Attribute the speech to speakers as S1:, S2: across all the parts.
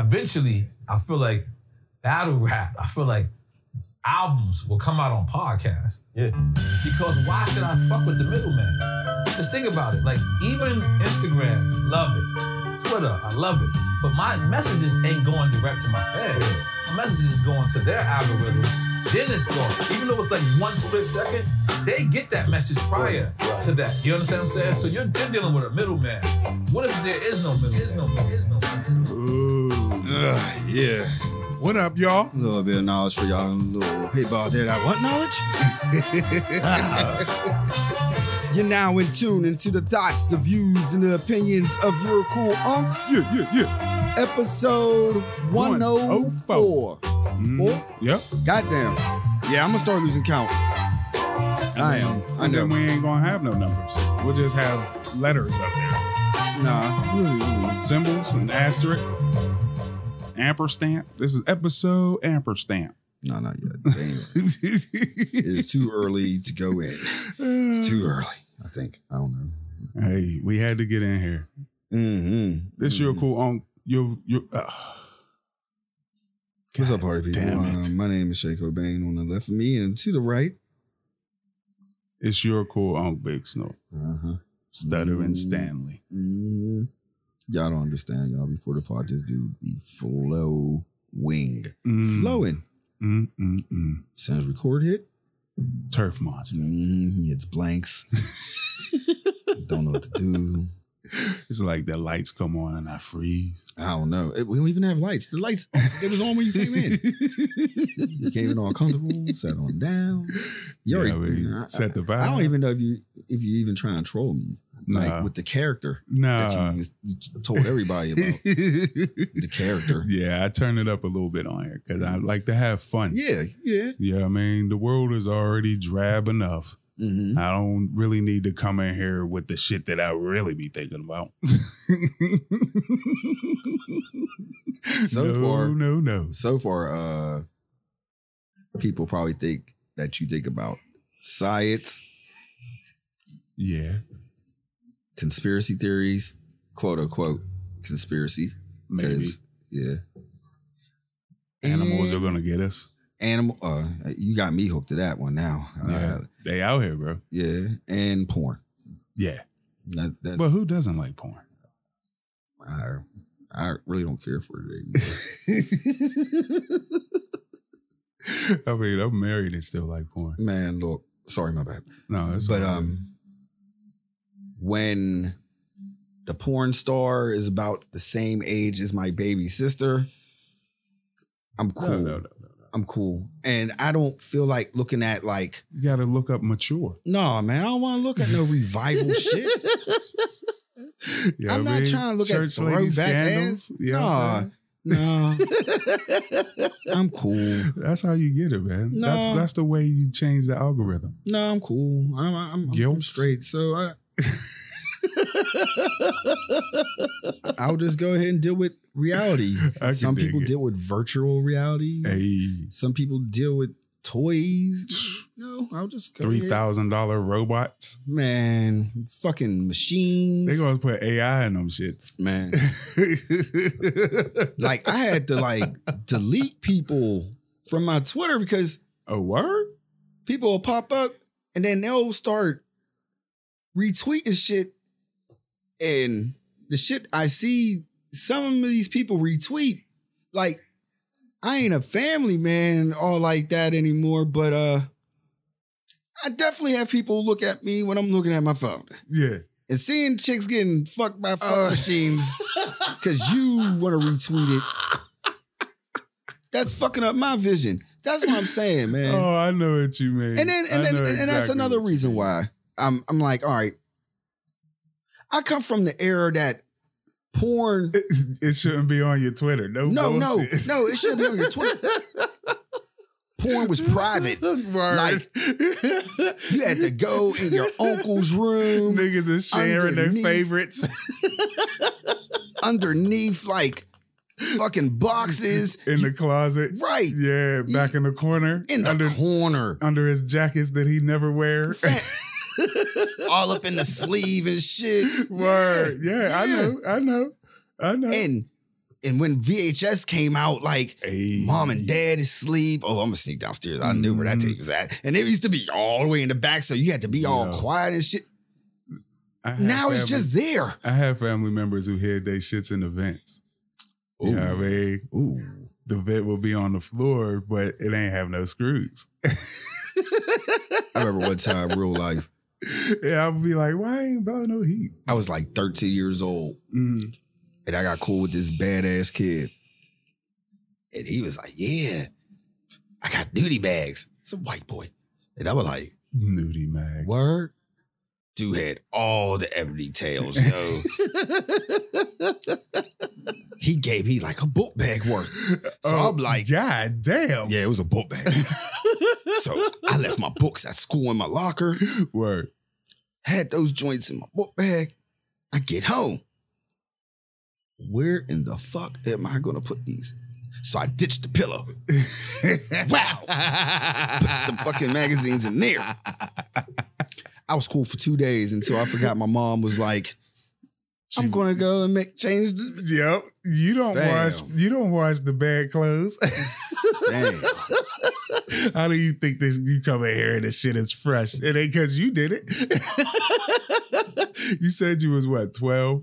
S1: eventually, I feel like battle rap. I feel like albums will come out on podcasts.
S2: Yeah.
S1: Because why should I fuck with the middleman? Just think about it. Like even Instagram, love it. Twitter, I love it. But my messages ain't going direct to my fans. My messages is going to their algorithm. Then it's going. Even though it's like one split second, they get that message prior
S2: Right.
S1: to that. You understand what I'm saying? So you're, you're dealing with a middleman. What if there is no middleman? Is no middleman. Is no middleman.
S3: Ooh, ugh, yeah. What up, y'all?
S4: A little bit of knowledge for y'all. A little people out there that want knowledge. Ah. You're now in tune into the thoughts, the views, and the opinions of your cool unks.
S3: Yeah, yeah, yeah.
S4: Episode 104. Four?
S3: Mm-hmm. Yep.
S4: Goddamn. Yeah, I'm gonna start losing count. I am. I
S3: And
S4: know.
S3: then we ain't gonna have no numbers. We'll just have letters up there,
S4: Nah.
S3: symbols and asterisk, ampersand. This is episode ampersand.
S4: No, not yet. Damn. It's too early to go in. It's too early, I think. I don't know.
S3: hey, we had to get in here.
S4: Mm-hmm.
S3: This your cool on your your. Uh,
S4: What's up, party people?
S3: damn it.
S4: Uh, my name is Shay Cobain. On the left of me and to the right,
S3: it's your cool on Big Snow.
S4: uh-huh.
S3: Stuttering
S4: Mm.
S3: Stanley.
S4: mm y'all don't understand, y'all. Before the pod, this dude be flowing,
S3: Mm,
S4: flowing.
S3: mm, mm, mm.
S4: Sounds record hit.
S3: Turf monster.
S4: Mm, he hits blanks. don't know what to do.
S3: It's like the lights come on and I freeze.
S4: I don't know. It- we don't even have lights. The lights it was on when you came in. you came in all comfortable, sat on down. You
S3: Yeah,
S4: already
S3: we set the vibe.
S4: I don't even know if you if you even trying to troll me like
S3: Nah.
S4: with the character
S3: Nah.
S4: that you, was- you told everybody about the character.
S3: Yeah, I turn it up a little bit on here because I like to have fun. Yeah.
S4: Mm-hmm. Yeah, yeah.
S3: I mean, the world is already drab enough.
S4: hmm
S3: I don't really need to come in here with the shit that I really be thinking about.
S4: So
S3: no,
S4: far-
S3: no, no.
S4: So far, uh, people probably think that you think about science,
S3: Yeah,
S4: conspiracy theories, quote unquote conspiracy.
S3: maybe
S4: 'cause- eh. Yeah.
S3: animals are
S4: And
S3: gonna get us.
S4: animal. Uh, you got me hooked to that one now. Yeah,
S3: Yeah,
S4: uh,
S3: they out here, bro.
S4: yeah. and porn.
S3: Yeah,
S4: That, that's,
S3: but who doesn't like porn?
S4: I, I really don't care for it anymore.
S3: I mean, I'm married and still like porn.
S4: Man, look, sorry, my bad.
S3: No, that's
S4: but
S3: all right.
S4: um, when the porn star is about the same age as my baby sister, I'm
S3: No,
S4: cool.
S3: no, no, no.
S4: I'm cool, and I don't feel like looking at like,
S3: you gotta look up mature.
S4: no, man, I don't want to look at no revival shit.
S3: You know
S4: I'm
S3: what I
S4: not
S3: mean?
S4: trying to look at
S3: Church lady
S4: throwback
S3: scandals.
S4: ass.
S3: You know what I'm
S4: Nah.
S3: saying?
S4: No, I'm cool.
S3: That's how you get it, man.
S4: No.
S3: That's that's the way you change the algorithm.
S4: No, I'm cool. I'm I'm, I'm,
S3: Guilt?
S4: I'm straight. So I, I'll just go ahead and deal with reality.
S3: I can
S4: Some
S3: dig
S4: people
S3: it.
S4: deal with virtual reality.
S3: A
S4: Some people deal with toys. No, I'll just go
S3: three
S4: ahead.
S3: thousand dollar robots.
S4: man, fucking machines.
S3: They gonna put AI in them shits.
S4: man, like I had to like delete people from my Twitter because
S3: A word?
S4: people will pop up and then they'll start retweeting shit. And the shit I see some of these people retweet, like, I ain't a family man and all like that anymore, but uh I definitely have people look at me when I'm looking at my phone.
S3: Yeah.
S4: And seeing chicks getting fucked by fuck machines because you want to retweet it. That's fucking up my vision. That's what I'm saying, man
S3: Oh, I know what you mean.
S4: and then
S3: I
S4: and then
S3: know
S4: and that's
S3: exactly
S4: another
S3: what you
S4: reason
S3: mean.
S4: why I'm I'm like, all right. I come from the era that porn.
S3: it shouldn't be on your Twitter. No,
S4: no, no,
S3: bullshit.
S4: no. It should be on your Twitter. porn was private.
S3: Word.
S4: Like- You had to go in your uncle's room
S3: niggas is sharing
S4: Underneath.
S3: their favorites
S4: underneath like fucking boxes.
S3: in the closet.
S4: Right.
S3: Yeah, back in the corner.
S4: In the
S3: under
S4: corner.
S3: under his jackets that he never wear.
S4: All up in the sleeve and shit.
S3: Word. Yeah, I
S4: Yeah.
S3: know. I know. I know.
S4: And and when VHS came out, like
S3: Hey.
S4: mom and dad is asleep. Oh, I'm gonna sneak downstairs. I knew where that
S3: Mhm.
S4: tape was at. And it used to be all the way in the back, so you had to be all
S3: Yeah.
S4: quiet and shit.
S3: I have
S4: Now it's
S3: family-
S4: just there.
S3: I have family members who hid their shits in the vents. You know what I mean?
S4: Ooh.
S3: The vent will be on the floor, but it ain't have no screws.
S4: I remember one time, real life,
S3: yeah, I'll be like, why ain't blowing no heat?
S4: I was like 13 years old,
S3: Mm.
S4: and I got cool with this badass kid. And he was like, Yeah, I got duty bags. It's a white boy. And I was like,
S3: Nudie mag.
S4: Word. Dude had all the ebony tails, yo. he gave me like a book bag worth. So I'm like,
S3: God damn.
S4: yeah, it was a book bag. so I left my books at school in my locker,
S3: Word.
S4: had those joints in my book bag. I get home. Where in the fuck am I gonna put these? So I ditched the pillow. wow. Put the fucking magazines in there. I was cool for two days until I forgot my mom was like, I'm gonna go and make change the
S3: Yep. You don't
S4: Damn.
S3: wash you don't wash the bad clothes.
S4: Damn.
S3: How do you think this you come in here and this shit is fresh? It ain't cause you did it. you said you was what, 12?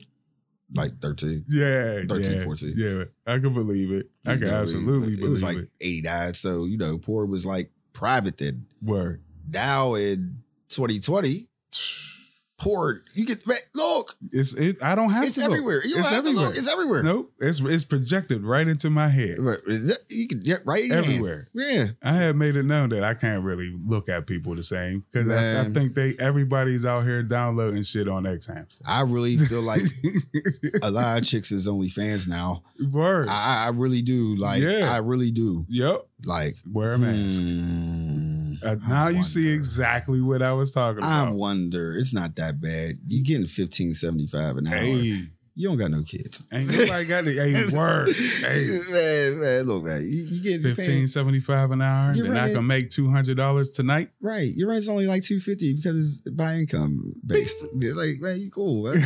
S4: Like 13.
S3: Yeah.
S4: 13,
S3: yeah,
S4: 14.
S3: Yeah. I can believe it. I
S4: You
S3: can
S4: know,
S3: absolutely
S4: it,
S3: believe
S4: it was like
S3: it.
S4: 89. So, you know, poor was like private then.
S3: Word.
S4: Now in 2020, poor, you get, man, look,
S3: It's it I don't have
S4: it's
S3: to look.
S4: everywhere. You don't
S3: It's
S4: have
S3: everywhere.
S4: to look, it's everywhere.
S3: Nope. It's it's projected right into my head.
S4: Right, You can get right in your hand.
S3: Everywhere.
S4: Yeah.
S3: I have made it known that I can't really look at people the same because I, I
S4: Man.
S3: think they everybody's out here downloading shit on X Hamster.
S4: I really feel like a lot of chicks is only fans now.
S3: Word.
S4: I, I really do. Like,
S3: Yeah.
S4: I really do.
S3: yep.
S4: Like,
S3: Wear a mask.
S4: hmm,
S3: Uh,
S4: I
S3: now you see
S4: wonder.
S3: exactly what I was talking
S4: I
S3: about.
S4: wonder. It's not that bad. You getting fifteen seventy five an hour.
S3: Hey,
S4: You don't got no kids.
S3: ain't nobody got the hey word. Hey,
S4: man, man, look, man. You, you getting
S3: fifteen
S4: paid-
S3: seventy five an hour,
S4: You're
S3: and I
S4: right.
S3: can make two hundred dollars tonight.
S4: Right, your rent's only like two fifty because it's by income based. Yeah, like, man, you cool. Man.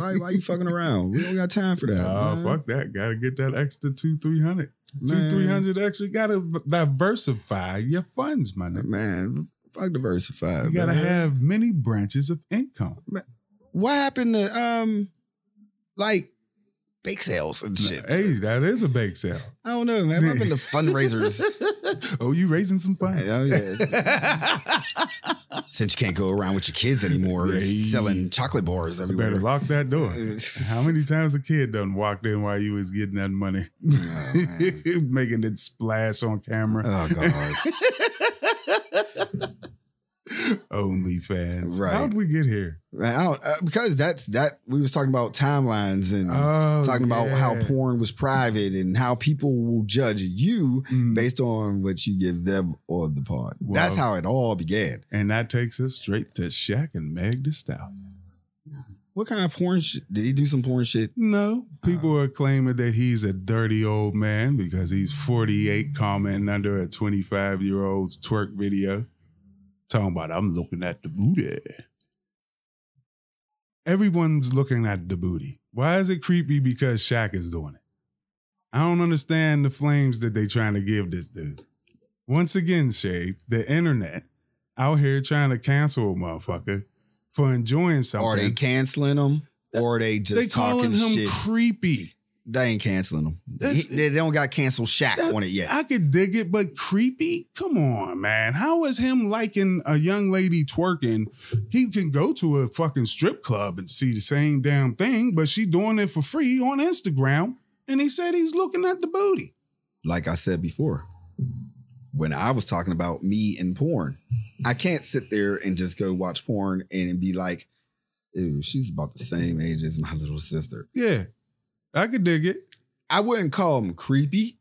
S4: why, why you fucking around? We don't got time for
S3: Oh
S4: that. man.
S3: fuck that! Gotta get that extra two three hundred, two
S4: Man.
S3: three hundred extra. Gotta diversify your funds, my nigga.
S4: Man, fuck diversify.
S3: You gotta
S4: man.
S3: have many branches of income.
S4: What happened to um, like bake sales and shit?
S3: Hey, that is a bake sale.
S4: I don't know, man. I've been to fundraisers.
S3: Oh, you raising some funds?
S4: Oh, yeah. Since you can't go around with your kids anymore,
S3: Yeah, he-
S4: selling chocolate bars
S3: You
S4: everywhere.
S3: better lock that door. How many times a kid done walked in while you was getting that money,
S4: Oh, man.
S3: making it splash on camera?
S4: oh god!
S3: OnlyFans.
S4: Uh, Right.
S3: How'd we get here?
S4: Man, I don't, uh, because that's that we was talking about timelines and
S3: Oh,
S4: Uh, talking about
S3: yeah.
S4: how porn was private and how people will judge you
S3: Mm.
S4: based on what you give them on the pod. that's
S3: Wow.
S4: how it all began.
S3: And that takes us straight to Shaq and Meg the Stallion.
S4: What kind of porn? Sh- did he do some porn shit?
S3: No, people
S4: Uh-huh.
S3: are claiming that he's a dirty old man because he's 48, commenting under a 25 year old's twerk video. Talking about, I'm looking at the booty. Everyone's looking at the booty. Why is it creepy because Shaq is doing it? I don't understand the flames that they trying to give this dude. Once again, Shay, the internet out here trying to cancel a motherfucker for enjoying something.
S4: Are they canceling them? Or are they just
S3: they calling
S4: talking
S3: him
S4: shit?
S3: creepy.
S4: They ain't canceling them.
S3: That's-
S4: they they don't got cancel Shaq
S3: That-
S4: on it yet.
S3: I could dig it, but creepy? Come on, man. How is him liking a young lady twerking? He can go to a fucking strip club and see the same damn thing, but she doing it for free on Instagram. And he said he's looking at the booty.
S4: like I said before, when I was talking about me and porn, I can't sit there and just go watch porn and be like, ew, she's about the same age as my little sister.
S3: Yeah, I could dig it.
S4: I wouldn't call him creepy,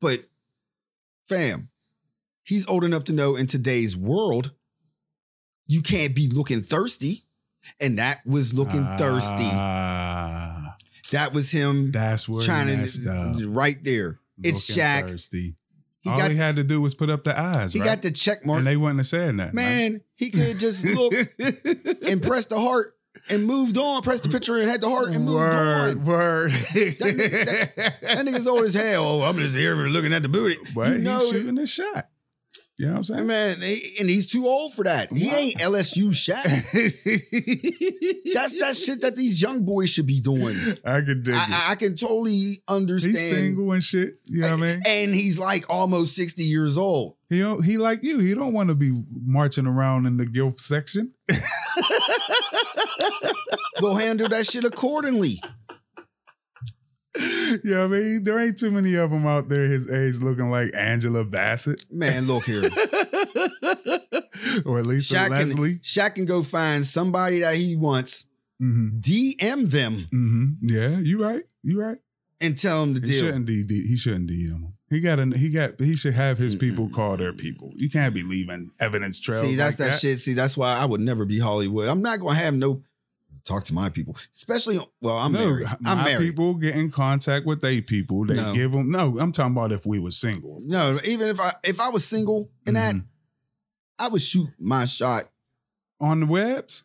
S4: but fam, he's old enough to know in today's world, you can't be looking thirsty. And that was looking thirsty.
S3: Ah,
S4: That was him
S3: That's where
S4: trying
S3: he messed up.
S4: to right there. It's
S3: Looking
S4: Shaq.
S3: Thirsty.
S4: He
S3: All
S4: got
S3: he had to do was put up the eyes,
S4: he
S3: right?
S4: got the check mark.
S3: and they wouldn't have said nothing.
S4: Man, he could just look and press the heart and moved on, pressed the picture and had the heart and moved
S3: word,
S4: on.
S3: word.
S4: That nigga's old as hell. Oh, I'm just here for looking at the booty.
S3: but
S4: You
S3: he's
S4: know that-
S3: shooting his shot. You know what I'm saying?
S4: Man, he- and he's too old for that. He
S3: Why?
S4: ain't LSU Shaq. That's that shit that these young boys should be doing.
S3: I can dig
S4: I, I- I can totally
S3: it.
S4: understand.
S3: He's single and shit. You know what I mean?
S4: And he's like almost 60 years old.
S3: He don't, he like you. He don't want to be marching around in the guilt section.
S4: Go handle that shit accordingly.
S3: You know what I mean? There ain't too many of them out there his age looking like Angela Bassett
S4: Man, look here.
S3: or at least a
S4: Shaq can,
S3: Leslie.
S4: Shaq can go find somebody that he wants,
S3: hmm
S4: DM them,
S3: hmm Yeah, you right. You right.
S4: and tell them the
S3: He
S4: deal.
S3: shouldn't D- D- he shouldn't DM him. He got an, he got he should have his people call their people. You can't be leaving evidence trails.
S4: See, that's
S3: like
S4: that, shit. See, that's why I would never be Hollywood. I'm not gonna have no talk to my people, especially. Well, I'm
S3: no,
S4: married.
S3: my
S4: I'm married.
S3: people get in contact with they people. They
S4: No.
S3: give them. No, I'm talking about if we were single.
S4: No, even if I if I was single and that,
S3: Mm-hmm.
S4: I would shoot my shot.
S3: On the webs,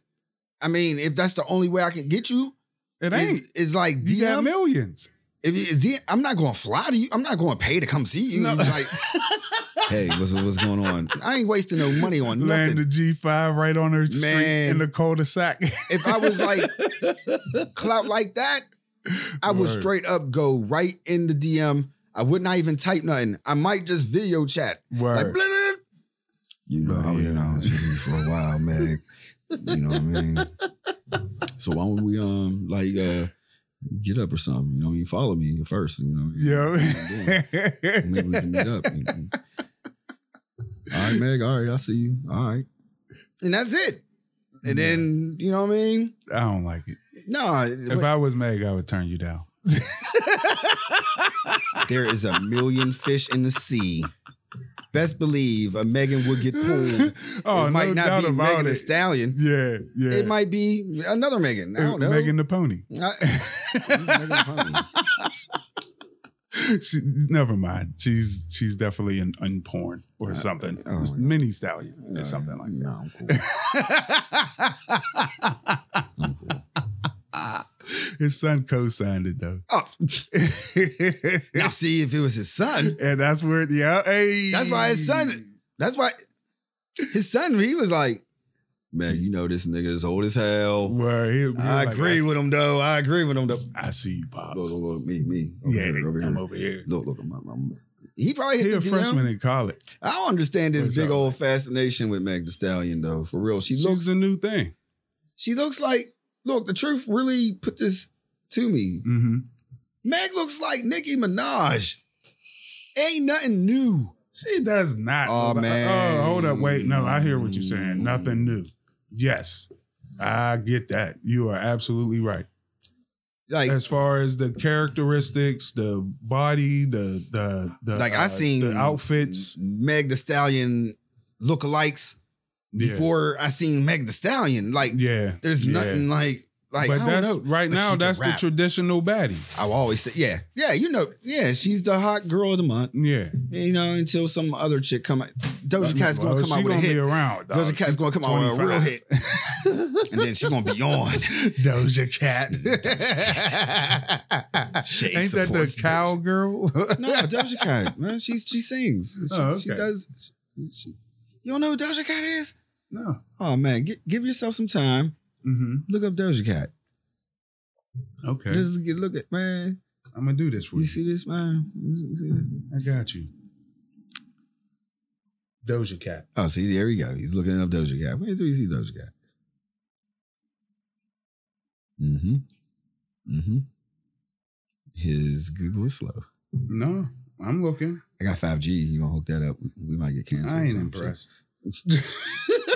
S4: I mean, if that's the only way I can get you,
S3: it
S4: is-
S3: ain't.
S4: is like
S3: You got
S4: DM.
S3: millions.
S4: If you, DM, I'm not going to fly to you. I'm not going to pay to come see you.
S3: No.
S4: Like, hey, what's what's going on? I ain't wasting no money on
S3: Land the
S4: nothing.
S3: G five right on her street
S4: Man.
S3: in the cul-de-sac.
S4: If I was like clout like that, I would
S3: Word.
S4: straight up go right in the DM. I would not even type nothing. I might just video chat. Like,
S3: Word.
S4: blah, blah, blah. You know, I was in the hospital for a while, man. You know what I mean? So why don't we um like uh get up or something? You know, you follow me first. You know,
S3: Yeah.
S4: maybe we can meet up. all right, Meg. All right, I'll see you. All right, and that's it. And then you know what I mean?
S3: I don't like it.
S4: No,
S3: If I was Meg, I would turn you down.
S4: there is a million fish in the sea. Best believe a Megan would get pulled.
S3: Oh,
S4: it might
S3: no
S4: not
S3: doubt
S4: be
S3: about
S4: Megan
S3: it.
S4: the Stallion.
S3: Yeah, yeah. Uh,
S4: It might be another Megan. I don't know.
S3: Megan the Pony.
S4: I- Who's Megan the Pony?
S3: She, never mind. She's she's definitely in, in porn or something.
S4: oh,
S3: It's
S4: yeah.
S3: mini stallion
S4: Uh,
S3: or something like that.
S4: No, I'm cool. I'm cool.
S3: His son co-signed it though.
S4: Oh, now see if it was his son.
S3: and that's where yeah, hey.
S4: That's why his son. That's why his son. He was like, man, you know this nigga is old as hell.
S3: Where he, he
S4: I
S3: like,
S4: agree
S3: I,
S4: with him though. I agree with him though.
S3: I see you,
S4: Look,
S3: pops.
S4: look, look, me, me. Over
S3: yeah,
S4: here, over here.
S3: I'm over here.
S4: Look, look, I'm, I'm- he probably hit
S3: He
S4: the
S3: a
S4: DM.
S3: freshman in college.
S4: I don't understand
S3: What's
S4: this big
S3: up?
S4: old fascination with Meg The Stallion though. For real, she
S3: She's
S4: looks.
S3: the new thing.
S4: She looks like. Look, the truth really put this to me.
S3: Mm-hmm.
S4: Meg looks like Nicki Minaj. Ain't nothing new.
S3: She does not.
S4: Oh, man.
S3: Oh, hold up. Wait. No, I hear what you're saying. Nothing new. Yes. I get that. You are absolutely right.
S4: Like
S3: As far as the characteristics, the body, the the, the
S4: Like, I seen-
S3: Uh, the outfits
S4: Meg the Stallion lookalikes before I seen Meg the Stallion. Like
S3: Yeah. yeah.
S4: there's
S3: Yeah.
S4: nothing like like
S3: but
S4: I don't
S3: that's
S4: know.
S3: right
S4: But she
S3: now.
S4: can
S3: That's the
S4: rap.
S3: traditional baddie.
S4: I've always said yeah, yeah. You know, yeah. She's the hot girl of the month.
S3: Yeah.
S4: You know, until some other chick come. out. Doja Cat's
S3: Well,
S4: gonna come
S3: she
S4: out with a
S3: gonna be
S4: hit.
S3: around. dog.
S4: Doja Cat's
S3: She's
S4: gonna come out with a real
S3: 25.
S4: hit, and then she's gonna be on.
S3: Doja Cat.
S4: Shade
S3: Ain't that the
S4: supports Doja.
S3: cowgirl?
S4: No, Doja Cat. Man, she's she sings. She,
S3: Oh,
S4: she
S3: okay.
S4: does. she- she- you don't know who Doja Cat is?
S3: no.
S4: Oh man, gi- give yourself some time.
S3: hmm
S4: Look up Doja Cat.
S3: Okay.
S4: Just get, look at man.
S3: I'm gonna do this for
S4: You see this man? You see this?
S3: I got you. Doja Cat.
S4: Oh, see there you go. He's looking up Doja Cat. Wait until you see Doja Cat. Mm-hmm. Mm-hmm. His Google is slow.
S3: No, I'm looking.
S4: I got 5G. You gonna hook that up? We might get canceled. or
S3: I ain't
S4: some shit.
S3: impressed.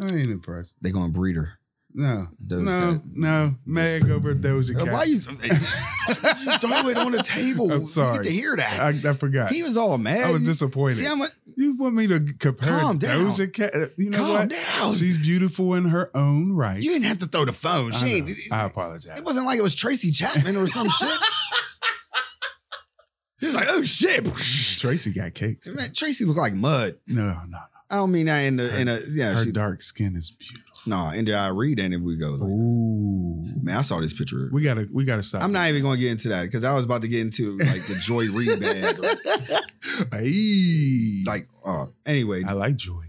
S3: I ain't impressed.
S4: They gonna breed her.
S3: No,
S4: Doja
S3: no,
S4: Cat.
S3: no. Meg over Doja
S4: Uh,
S3: Cat.
S4: Why you, you throw it on the table?
S3: I'm sorry.
S4: You get to hear that.
S3: I, I forgot.
S4: he was all mad.
S3: I was
S4: See
S3: disappointed.
S4: how much?
S3: you want me to compare
S4: Calm down.
S3: Doja Cat? Uh, You know
S4: Calm
S3: what?
S4: down.
S3: She's beautiful in her own right.
S4: you didn't have to throw the phone. She
S3: I,
S4: ain't,
S3: know.
S4: it-
S3: I apologize.
S4: It wasn't like it was Tracy Chapman or some shit. He was like, oh shit.
S3: Tracy got cakes.
S4: Man, Tracy looked like mud.
S3: No, no, no.
S4: I don't mean that in the in a yeah,
S3: Her
S4: she
S3: dark skin is beautiful.
S4: Nah, and did I read that if we go? Like,
S3: Ooh.
S4: man, I saw this picture.
S3: We gotta we gotta stop.
S4: I'm not even going to get into that because I was about to get into like the Joy Reid bag. or,
S3: Hey.
S4: like, mm-hmm. uh, anyway,
S3: I like Joy.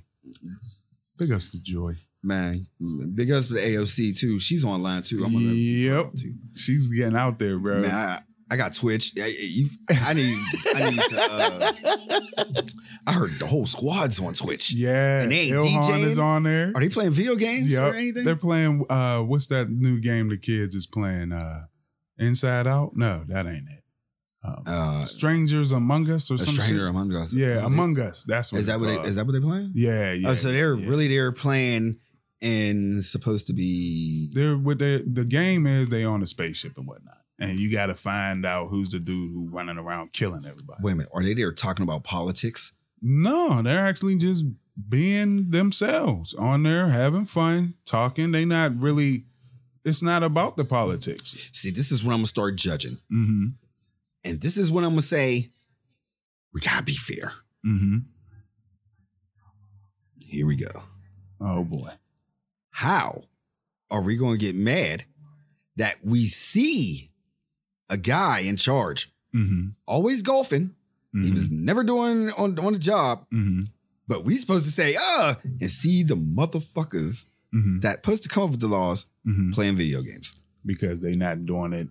S3: Big ups to Joy.
S4: man, big ups to the AOC too. She's online too. I'm gonna
S3: Yep. She's getting out there, bro.
S4: Man, I, I got Twitch. I, I- you, I need, I need to. Uh, I heard the whole squad's on Twitch.
S3: Yeah.
S4: And they ain't
S3: Ilhan
S4: DJing?
S3: is on there.
S4: Are they playing video games or
S3: Yep.
S4: anything?
S3: They're playing uh what's that new game the kids is playing? Uh Inside Out? No, that ain't it. Um,
S4: uh,
S3: Strangers Among Us or
S4: a
S3: some
S4: stranger
S3: shit.
S4: among us.
S3: Yeah,
S4: Are
S3: Among Us. That's
S4: They,
S3: what
S4: is that
S3: it's
S4: what? They,
S3: called.
S4: is that what they're playing?
S3: Yeah, yeah.
S4: oh, so they're
S3: yeah.
S4: really they're playing and supposed to be.
S3: they're what they the game is they on a spaceship and whatnot. And you gotta find out who's the dude who running around killing everybody.
S4: Wait a minute. Are they there talking about politics?
S3: No, they're actually just being themselves on there, having fun, talking. They not really it's not about the politics.
S4: See, this is when I'm gonna start judging,
S3: Mm-hmm.
S4: and this is when I'm gonna say, we gotta be fair.
S3: Mm-hmm.
S4: Here we go.
S3: Oh boy.
S4: how are we going to get mad that we see a guy in charge
S3: Mm-hmm.
S4: always golfing? He was never doing on on the job,
S3: Mm-hmm.
S4: but we supposed to say uh and see the motherfuckers
S3: Mm-hmm.
S4: that supposed to come up with the laws
S3: Mm-hmm.
S4: playing video games.
S3: Because they not doing it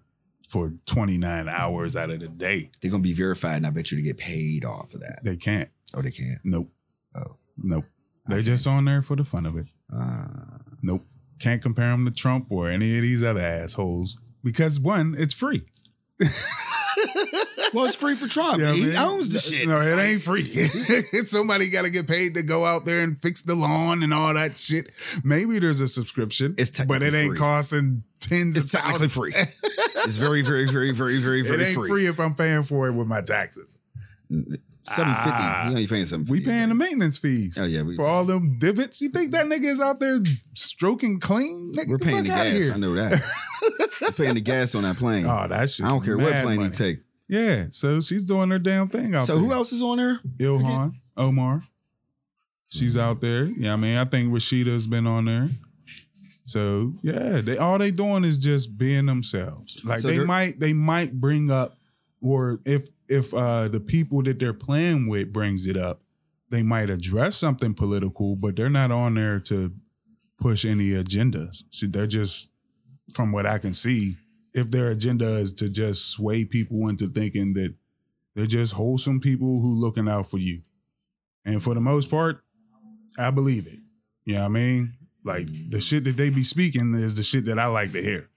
S3: for 29 hours out of the day.
S4: They're gonna be verified, and I bet you to get paid off of that.
S3: They can't.
S4: Oh, they can't.
S3: Nope.
S4: Oh.
S3: Nope. They're just on there for the fun of it.
S4: Uh,
S3: Nope. Can't compare him to Trump or any of these other assholes because one, it's free.
S4: well, it's free for Trump.
S3: You know what I
S4: he
S3: mean?
S4: owns the shit.
S3: No, it ain't free. Somebody got to get paid to go out there and fix the lawn and all that shit. Maybe there's a subscription,
S4: It's
S3: but it
S4: technically
S3: ain't
S4: free.
S3: costing tens
S4: It's
S3: of
S4: technically
S3: thousands.
S4: free. It's very, very, very, very, very,
S3: It
S4: very
S3: ain't free. if I'm paying for it with my taxes.
S4: Seven fifty.
S3: Ah.
S4: you know, you're paying seven
S3: We
S4: fifty.
S3: paying the maintenance fees
S4: Oh yeah, we,
S3: for all them divots. You think that nigga is out there stroking clean? Nigga,
S4: We're
S3: the
S4: paying the
S3: fuck outta
S4: gas. I
S3: Here.
S4: know that. We're paying the gas on that plane.
S3: Oh, that shit.
S4: I don't care what plane
S3: money.
S4: you take.
S3: Yeah, so she's doing her damn thing out
S4: So
S3: there.
S4: who else is on there?
S3: Ilhan, Omar. She's out there. Yeah, I mean, I think Rashida's been on there. So yeah, they all they doing is just being themselves. Like
S4: So
S3: they
S4: they're-
S3: might they might bring up or if if uh the people that they're playing with brings it up, they might address something political, but they're not on there to push any agendas. See, they're just from what I can see, if their agenda is to just sway people into thinking that they're just wholesome people who looking out for you. And for the most part, I believe it. You know what I mean? Like the shit that they be speaking is the shit that I like to hear.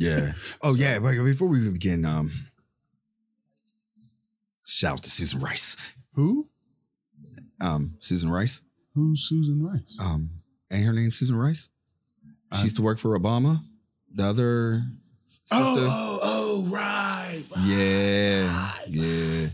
S4: Yeah. Oh yeah. Wait, before we even begin, um, shout out to Susan Rice.
S3: Who?
S4: Um, Susan Rice.
S3: Who's Susan Rice?
S4: Um, ain't her name Susan Rice? She used to work for Obama. The other sister.
S3: Oh, Ah. oh, oh, right.
S4: yeah. Yeah.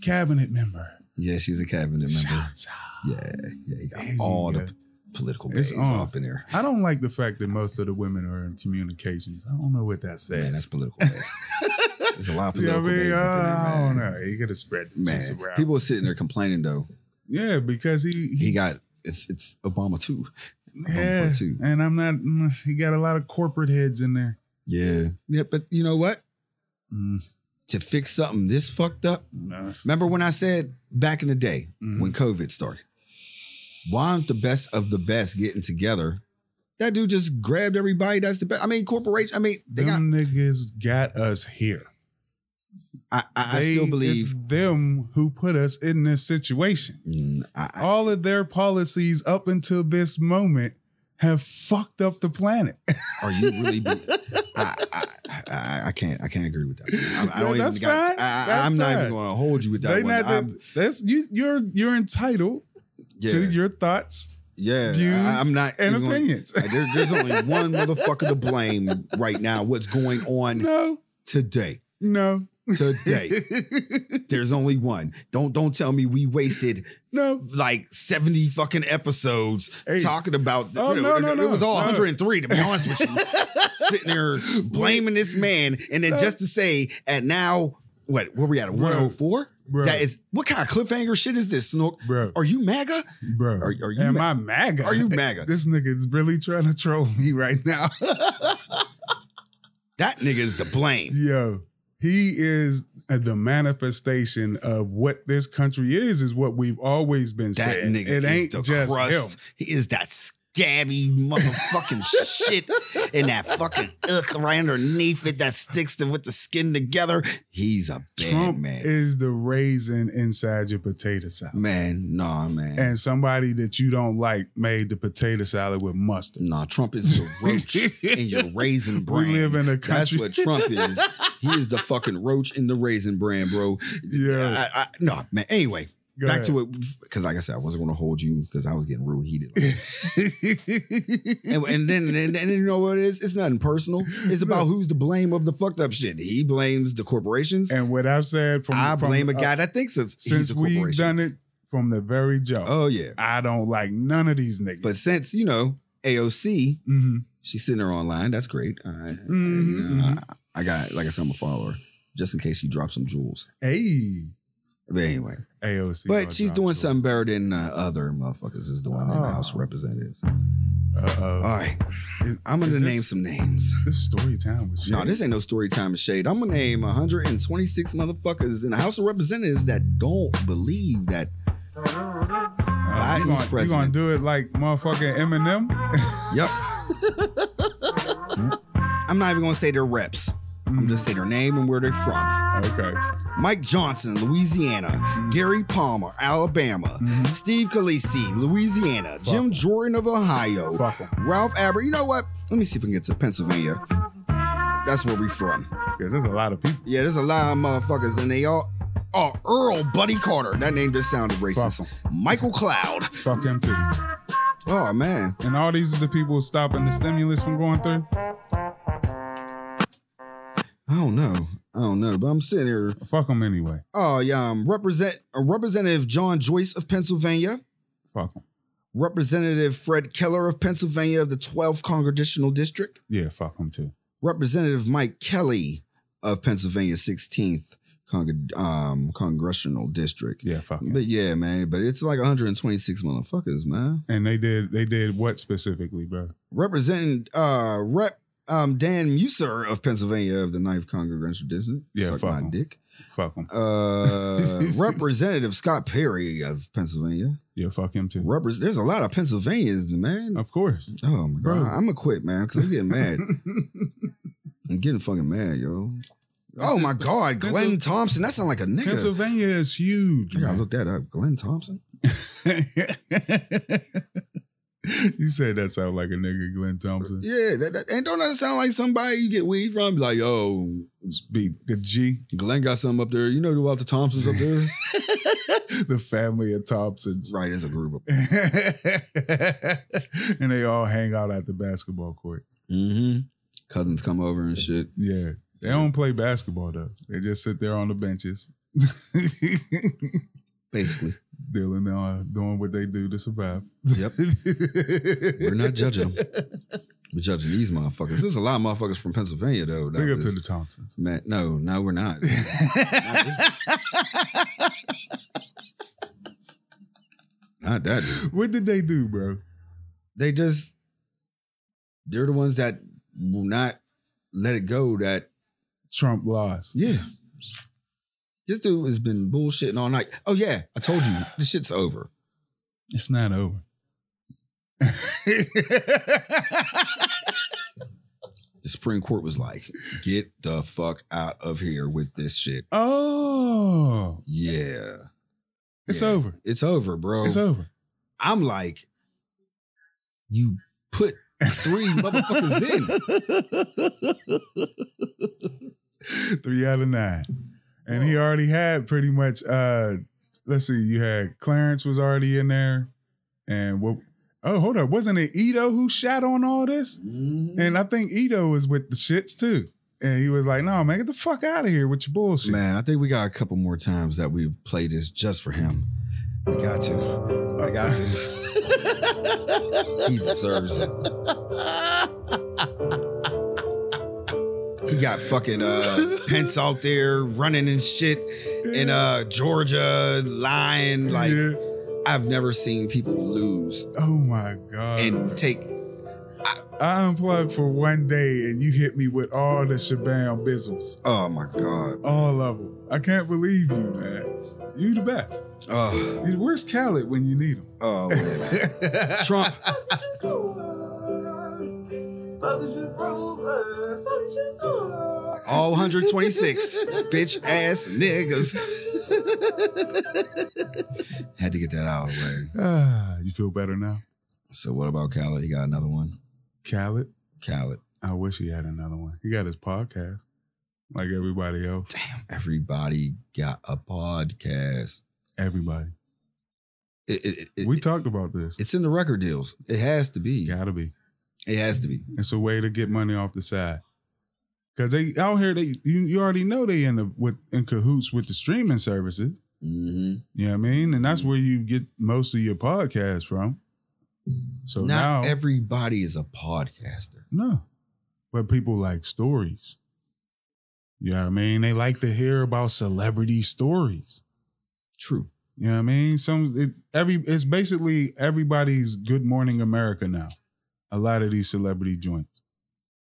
S3: Cabinet member.
S4: Yeah. She's a cabinet member.
S3: Shouts out.
S4: Yeah. Yeah. You got
S3: There you
S4: all
S3: go.
S4: the p- political
S3: It's
S4: bags
S3: on.
S4: up in there.
S3: I don't like the fact that most of the women are in communications. I don't know what that says.
S4: Man, that's political. bags. There's a lot of
S3: you know
S4: political
S3: what I mean?
S4: bags up in there,
S3: I
S4: man.
S3: don't know. You could have spread the
S4: Man,
S3: juice around.
S4: people are sitting there complaining though.
S3: yeah, because he, he
S4: He got it's it's Obama too. Obama
S3: Yeah,
S4: too.
S3: and I'm not. mm, He got a lot of corporate heads in there.
S4: Yeah, yeah. But you know what?
S3: Mm,
S4: To fix something this fucked up.
S3: nah.
S4: Remember when I said back in the day
S3: Mhm.
S4: when COVID started? Why aren't the best of the best getting together? That dude just grabbed everybody. That's the best. I mean, corporation. I mean, they got.
S3: them niggas got us here.
S4: I, I, I
S3: They-
S4: still believe.
S3: it's them who put us in this situation.
S4: Mm, I, I,
S3: All of their policies up until this moment have fucked up the planet.
S4: are you really? be- I, I, I, I can't. I can't agree with that. I, I
S3: Yeah,
S4: don't
S3: that's
S4: even got.
S3: fine.
S4: I, I,
S3: That's
S4: I'm not even
S3: fine.
S4: going to hold you with that
S3: they
S4: one.
S3: not
S4: I'm-
S3: that, that's you. You're you're entitled
S4: yeah.
S3: to your thoughts
S4: Yeah,
S3: Views
S4: I, am not
S3: and
S4: even gonna-
S3: opinions.
S4: Like, there- there's only one motherfucker to blame right now. What's going on
S3: No,
S4: today?
S3: no,
S4: Today, there's only one. Don't don't tell me we wasted
S3: no.
S4: like 70 fucking episodes
S3: Hey.
S4: talking about.
S3: Oh,
S4: it,
S3: no, no,
S4: it
S3: no,
S4: was all
S3: no.
S4: 103 to be honest with you. Sitting there blaming this man, and then just to say, and now what? Where we at? One hundred four.
S3: Bro.
S4: That is what kind of cliffhanger shit is this, Snork?
S3: Bro.
S4: Are you MAGA?
S3: Bro,
S4: Are- are you
S3: am
S4: ma-
S3: I MAGA?
S4: Are you MAGA?
S3: This nigga's really trying to troll me right now.
S4: That nigga is to blame.
S3: Yo, he is uh, the manifestation of what this country is. Is what we've always been
S4: That
S3: saying.
S4: nigga is
S3: it ain't
S4: the
S3: just
S4: crust.
S3: him.
S4: He is that scabby motherfucking shit and that fucking ick right underneath it that sticks to with the skin together. He's a bad
S3: Trump
S4: man.
S3: is the raisin inside your potato salad.
S4: man, nah, man.
S3: And somebody that you don't like made the potato salad with mustard.
S4: Nah, Trump is the roach in your raisin
S3: We
S4: brand.
S3: live in a
S4: That's
S3: country.
S4: what Trump is. He is the fucking roach in the raisin brand, bro.
S3: yeah.
S4: I, I, no, man. Anyway,
S3: Go
S4: back
S3: ahead.
S4: to it. Because, like I said, I wasn't going to hold you because I was getting real heated. and, and then, and, then- and then you know what it is? It's nothing personal. It's about who's to blame of the fucked up shit. He blames the corporations.
S3: And what I've said from
S4: I
S3: from,
S4: blame a
S3: uh,
S4: guy that thinks it's he's
S3: since
S4: a
S3: we've
S4: corporation.
S3: done it from the very jump.
S4: oh yeah,
S3: I don't like none of these niggas.
S4: but since you know AOC,
S3: hmm
S4: she's sitting there online. That's great. All right.
S3: Mhm,
S4: You know, I, I got like I said, I'm a follower just in case she drops some jewels.
S3: Hey,
S4: But anyway,
S3: AOC.
S4: but she's doing something better than uh, other motherfuckers is doing in the
S3: Oh.
S4: House of Representatives.
S3: Uh-oh.
S4: All right, I'm gonna
S3: Is
S4: name
S3: this-
S4: some names.
S3: This story time was
S4: No, this ain't no story time of shade. I'm gonna name 126 motherfuckers in the House of Representatives that don't believe that.
S3: Uh, you
S4: Biden's
S3: gonna, you
S4: president.
S3: gonna do it like motherfucking Eminem?
S4: Yep. I'm not even gonna say their reps. I'm gonna say their name and where they're from.
S3: okay.
S4: Mike Johnson, Louisiana. Gary Palmer, Alabama. Steve Khaleesi, Louisiana. Jim Jordan of Ohio.
S3: Fuck 'em.
S4: Ralph Aber. You know what? Let me see if I can get to Pennsylvania. That's where we from.
S3: Because there's a lot of people.
S4: Yeah, there's a lot of motherfuckers, and they all. Oh, Earl Buddy Carter. That name just sounded racist.
S3: Fuck
S4: Michael Cloud.
S3: Fuck him too.
S4: Oh man.
S3: And all these are the people stopping the stimulus from going through.
S4: I don't know. I don't know. But I'm sitting here.
S3: Fuck them anyway.
S4: Oh yeah. Um, represent uh, Representative John Joyce of Pennsylvania.
S3: Fuck them.
S4: Representative Fred Keller of Pennsylvania of the 12th Congressional District,
S3: Yeah, fuck them too.
S4: Representative Mike Kelly of Pennsylvania 16th Cong- um, Congressional District.
S3: Yeah, fuck 'em.
S4: But yeah, man, but it's like 126 motherfuckers, man.
S3: And they did. They did what specifically, bro?
S4: Representing uh, Rep um, Dan Muser of Pennsylvania of the 9th Congressional District.
S3: Yeah,
S4: Suck
S3: fuck
S4: my
S3: him.
S4: dick.
S3: Fuck them.
S4: Uh, Representative Scott Perry of Pennsylvania.
S3: Yeah, fuck him too.
S4: Repres There's a lot of Pennsylvanians, man.
S3: Of course.
S4: Oh my
S3: Bro.
S4: god, I'm gonna quit, man, because I'm getting mad. I'm getting fucking mad, yo. Oh
S3: is-
S4: my god,
S3: Pennsyl-
S4: Glenn Thompson. That sound like a nigga.
S3: Pennsylvania is huge.
S4: I gotta
S3: man.
S4: look that up. Glenn Thompson.
S3: you said that sound like a nigga, Glenn Thompson.
S4: Yeah, that, that- and don't that sound like somebody you get weed from? Be Like, oh,
S3: Speak the G,
S4: Glenn got something up there. You know about the Thompsons up there?
S3: the family of Thompsons.
S4: right, it's a group of.
S3: and they all hang out at the basketball court.
S4: Mm-hmm. Cousins come over and shit.
S3: Yeah. They don't play basketball though. They just sit there on the benches,
S4: Basically,
S3: dealing on doing what they do to survive.
S4: Yep. we're not judging them. We're judging these motherfuckers. There's a lot of motherfuckers from Pennsylvania though. that
S3: Big up to
S4: was-
S3: the Thompsons.
S4: Man, no, no, we're not. Not this- Not that. dude.
S3: What did they do, bro?
S4: They just they're the ones that will not let it go that
S3: Trump lost.
S4: yeah. This dude has been bullshitting all night. Oh yeah, I told you this shit's over.
S3: It's not over.
S4: The Supreme Court was like, "Get the fuck out of here with this shit."
S3: Oh,
S4: Yeah,
S3: it's
S4: Yeah.
S3: over.
S4: it's over, bro.
S3: It's over.
S4: I'm like, you put three motherfuckers in.
S3: Three out of nine. And he already had pretty much uh let's see, you had Clarence was already in there. And what oh hold up, wasn't it Ito who shot on all this?
S4: Mm-hmm.
S3: And I think Ito was with the shits too. And he was like, no, man, get the fuck out of here with your bullshit.
S4: Man, I think we got a couple more times that we've played this just for him. We got to. I got to. he deserves it. You got fucking uh, Pence out there running and shit in uh, Georgia, lying. Like
S3: Yeah.
S4: I've never seen people lose
S3: oh my god.
S4: and take.
S3: I unplugged for one day and you hit me with all the shabam bizzles.
S4: Oh my god.
S3: All of them. I can't believe you, man. You the best.
S4: Oh,
S3: You- Where's Khaled when you need him?
S4: oh man. Trump. All 126 bitch ass niggas. Had to get that out of the way.
S3: Ah, you feel better now?
S4: So what about Khaled? He got another one.
S3: Khaled?
S4: Khaled.
S3: I wish he had another one. He got his podcast, like everybody else.
S4: Damn, everybody got a podcast.
S3: Everybody.
S4: It, it, it,
S3: we
S4: it-
S3: talked about this.
S4: it's in the record deals. It has to be.
S3: Gotta be.
S4: It has to be.
S3: It's a way to get money off the side. Cause they out here, they you, you already know they in the with in cahoots with the streaming services.
S4: hmm
S3: You know what I mean? And that's
S4: Mm-hmm.
S3: where you get most of your podcasts from. So
S4: Not
S3: now,
S4: everybody is a podcaster.
S3: no, but people like stories. You know what I mean? They like to hear about celebrity stories.
S4: True.
S3: You know what I mean? Some it, every it's basically everybody's Good Morning America now. A lot of these celebrity joints.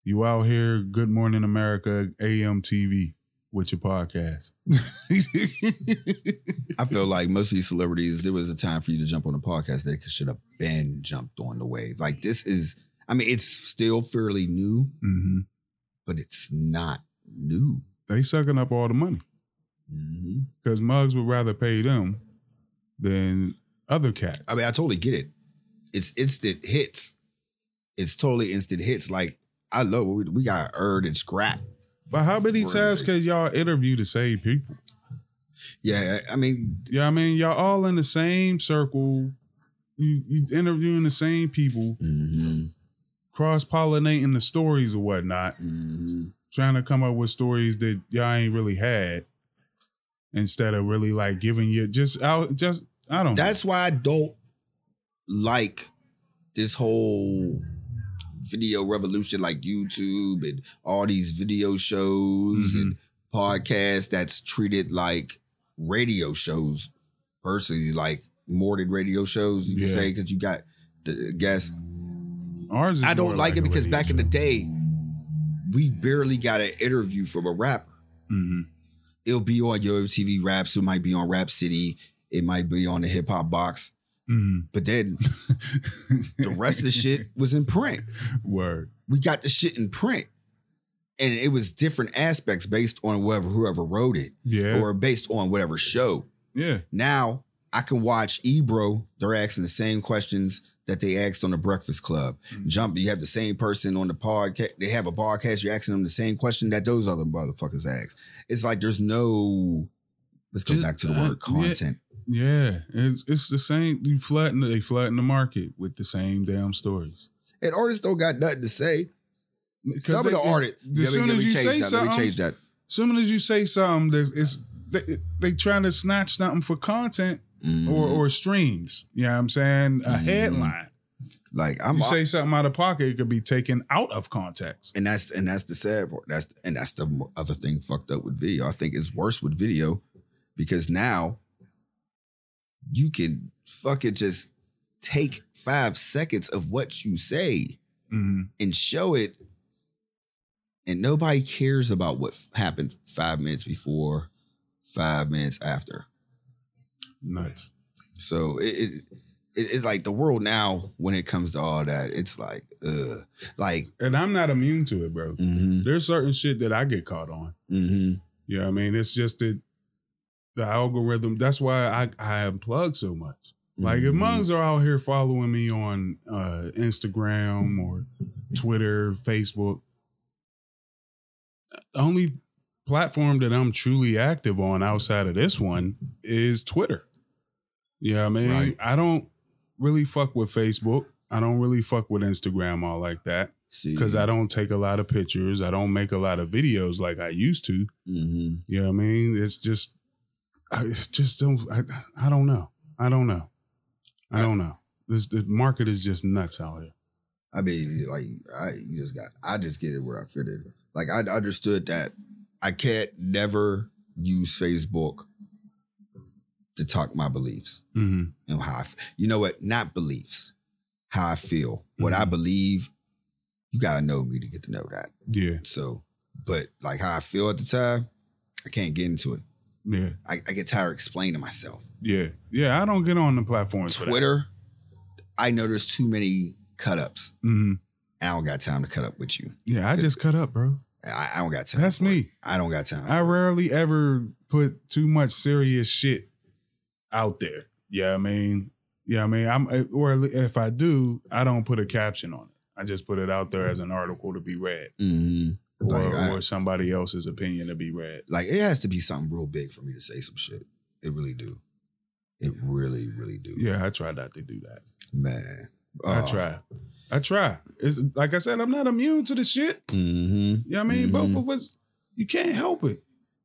S3: You out here, Good Morning America, AM TV with your podcast.
S4: I feel like most of these celebrities, there was a time for you to jump on a podcast that should have been jumped on the wave. Like this is, I mean, it's still fairly new,
S3: hmm
S4: but it's not new.
S3: They sucking up all the money
S4: hmm
S3: because Muggs would rather pay them than other cats.
S4: I mean, I totally get it. It's instant hits. It's totally instant hits. Like I love we, we got Erd and Scrap.
S3: But how many times can y'all interview the same people?
S4: Yeah, I mean,
S3: Yeah, I mean, y'all all in the same circle. You you interviewing the same people,
S4: mhm,
S3: cross pollinating the stories or whatnot.
S4: mhm.
S3: trying to come up with stories that y'all ain't really had instead of really like giving you just out just I don't
S4: that's why I don't like this whole video revolution, like YouTube and all these video shows and
S3: Mm-hmm.
S4: podcasts that's treated like radio shows. Personally, like more than radio shows, you
S3: Yeah.
S4: can say because you got the guests.
S3: know. Ours is
S4: I
S3: more
S4: don't like, it
S3: a
S4: because
S3: radio
S4: back in the
S3: show.
S4: day, we barely got an interview from a rapper.
S3: Mhm.
S4: It'll be on Yo MTV Raps. It might be on Rap City. It might be on the Hip Hop Box.
S3: Mhm.
S4: But then the rest of the shit was in print.
S3: Mm-hmm. word
S4: We got the shit in print, and it was different aspects based on whoever whoever wrote it
S3: yeah
S4: or based on whatever show.
S3: yeah
S4: Now I can watch Ebro. They're asking the same questions that they asked on the Breakfast Club.
S3: Mm.
S4: Jump, you have the same person on the podcast. They have a podcast. You're asking them the same question that those other motherfuckers ask. It's like there's no. Let's go
S3: Just-
S4: back to the
S3: uh,
S4: word
S3: yeah.
S4: content.
S3: yeah it's it's the same you flatten they flatten the market with the same damn stories.
S4: And artists don't got nothing to say.
S3: 'Cause
S4: Some of
S3: they-
S4: the artists.
S3: as soon as you say
S4: that. Let me
S3: something-
S4: change that.
S3: soon as you say something there's it's they, they trying to snatch something for content or
S4: Mm-hmm.
S3: or streams. You know what I'm saying? A
S4: Mhm.
S3: headline.
S4: like I'm.
S3: you say something out of pocket, it could be taken out of context.
S4: and that's and that's the sad part. That's and that's the other thing fucked up with video. I think it's worse with video because now you can fucking just take five seconds of what you say
S3: Mm-hmm.
S4: and show it, and nobody cares about what f- happened five minutes before, five minutes after.
S3: Nuts.
S4: So it, it, it it's like the world now when it comes to all that, it's like, ugh, like,
S3: And I'm not immune to it, bro.
S4: mm-hmm,
S3: There's certain shit that I get caught on.
S4: mm-hmm.
S3: You know what I mean? It's just that the algorithm, that's why I, I unplug so much. Like
S4: Mm-hmm.
S3: if mugs are out here following me on uh, Instagram or Twitter, Facebook, the only platform that I'm truly active on outside of this one is Twitter. Yeah, I mean,
S4: Right.
S3: I don't really fuck with Facebook. I don't really fuck with Instagram all like that
S4: see,
S3: because I don't take a lot of pictures. I don't make a lot of videos like I used to.
S4: Mm-hmm.
S3: You know what I mean? It's just, I- it's just don't. I, I don't know. I don't know. I don't know. This the market is just nuts out here.
S4: I mean, like I you just got I just get it where I fit in. Like I understood that I can't never use Facebook to talk my beliefs
S3: Mm-hmm.
S4: and how I, f- you know what, not beliefs, how I feel, what
S3: Mm-hmm.
S4: I believe. You gotta know me to get to know that.
S3: Yeah.
S4: So, but like how I feel at the time, I can't get into it.
S3: Yeah.
S4: I, I get tired of explaining myself.
S3: Yeah. Yeah. I don't get on the platforms. for that.
S4: Twitter, I know there's too many cut ups.
S3: Mhm.
S4: I don't got time to cut up with you.
S3: Yeah. I just cut up, bro.
S4: I, I don't got time.
S3: That's
S4: for it.
S3: me.
S4: I don't got time.
S3: I rarely ever put too much serious shit out there. Yeah, I mean, yeah, I mean, I'm eh, or if I do, I don't put a caption on it. I just put it out there as an article to be read
S4: Mhm.
S3: or,
S4: Like, I-
S3: or somebody else's opinion to be read.
S4: Like it has to be something real big for me to say some shit. It really do. It really, really do.
S3: Yeah, I try not to do that.
S4: man. Oh.
S3: I try. I try. It's like I said, I'm not immune to the shit.
S4: Mm-hmm.
S3: Yeah, I mean,
S4: Mhm.
S3: both of us, you can't help it.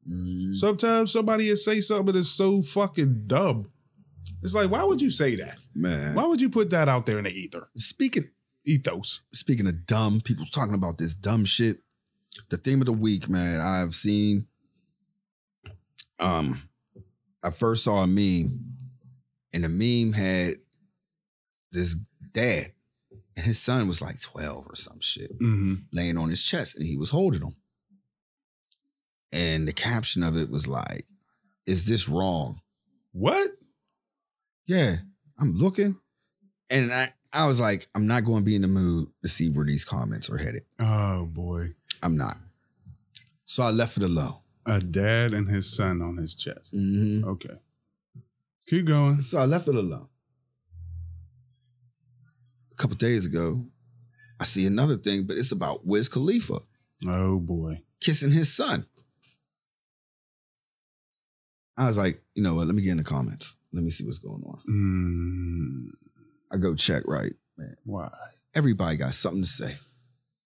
S4: Mm-hmm.
S3: Sometimes somebody will say something that's so fucking dumb. It's like, why would you say that?
S4: Man,
S3: Why would you put that out there in the ether?
S4: speaking
S3: Ethos.
S4: speaking of dumb, people talking about this dumb shit. The theme of the week, man, I've seen. Um, I first saw a meme, and the meme had this dad and his son was like twelve or some shit.
S3: Mm-hmm.
S4: laying on his chest and he was holding him. And the caption of it was like, Is this wrong?
S3: What?
S4: Yeah, I'm looking. And I, I was like, I'm not going to be in the mood to see where these comments are headed.
S3: Oh boy.
S4: I'm not. So I left it alone.
S3: A dad and his son on his chest.
S4: Mm-hmm.
S3: Okay. Keep going.
S4: So I left it alone. A couple days ago, I see another thing, but it's about Wiz Khalifa
S3: Oh boy.
S4: kissing his son. I was like, you know what? Let me get in the comments. Let me see what's going on.
S3: Mm,
S4: I go check, right?
S3: why?
S4: Everybody got something to say.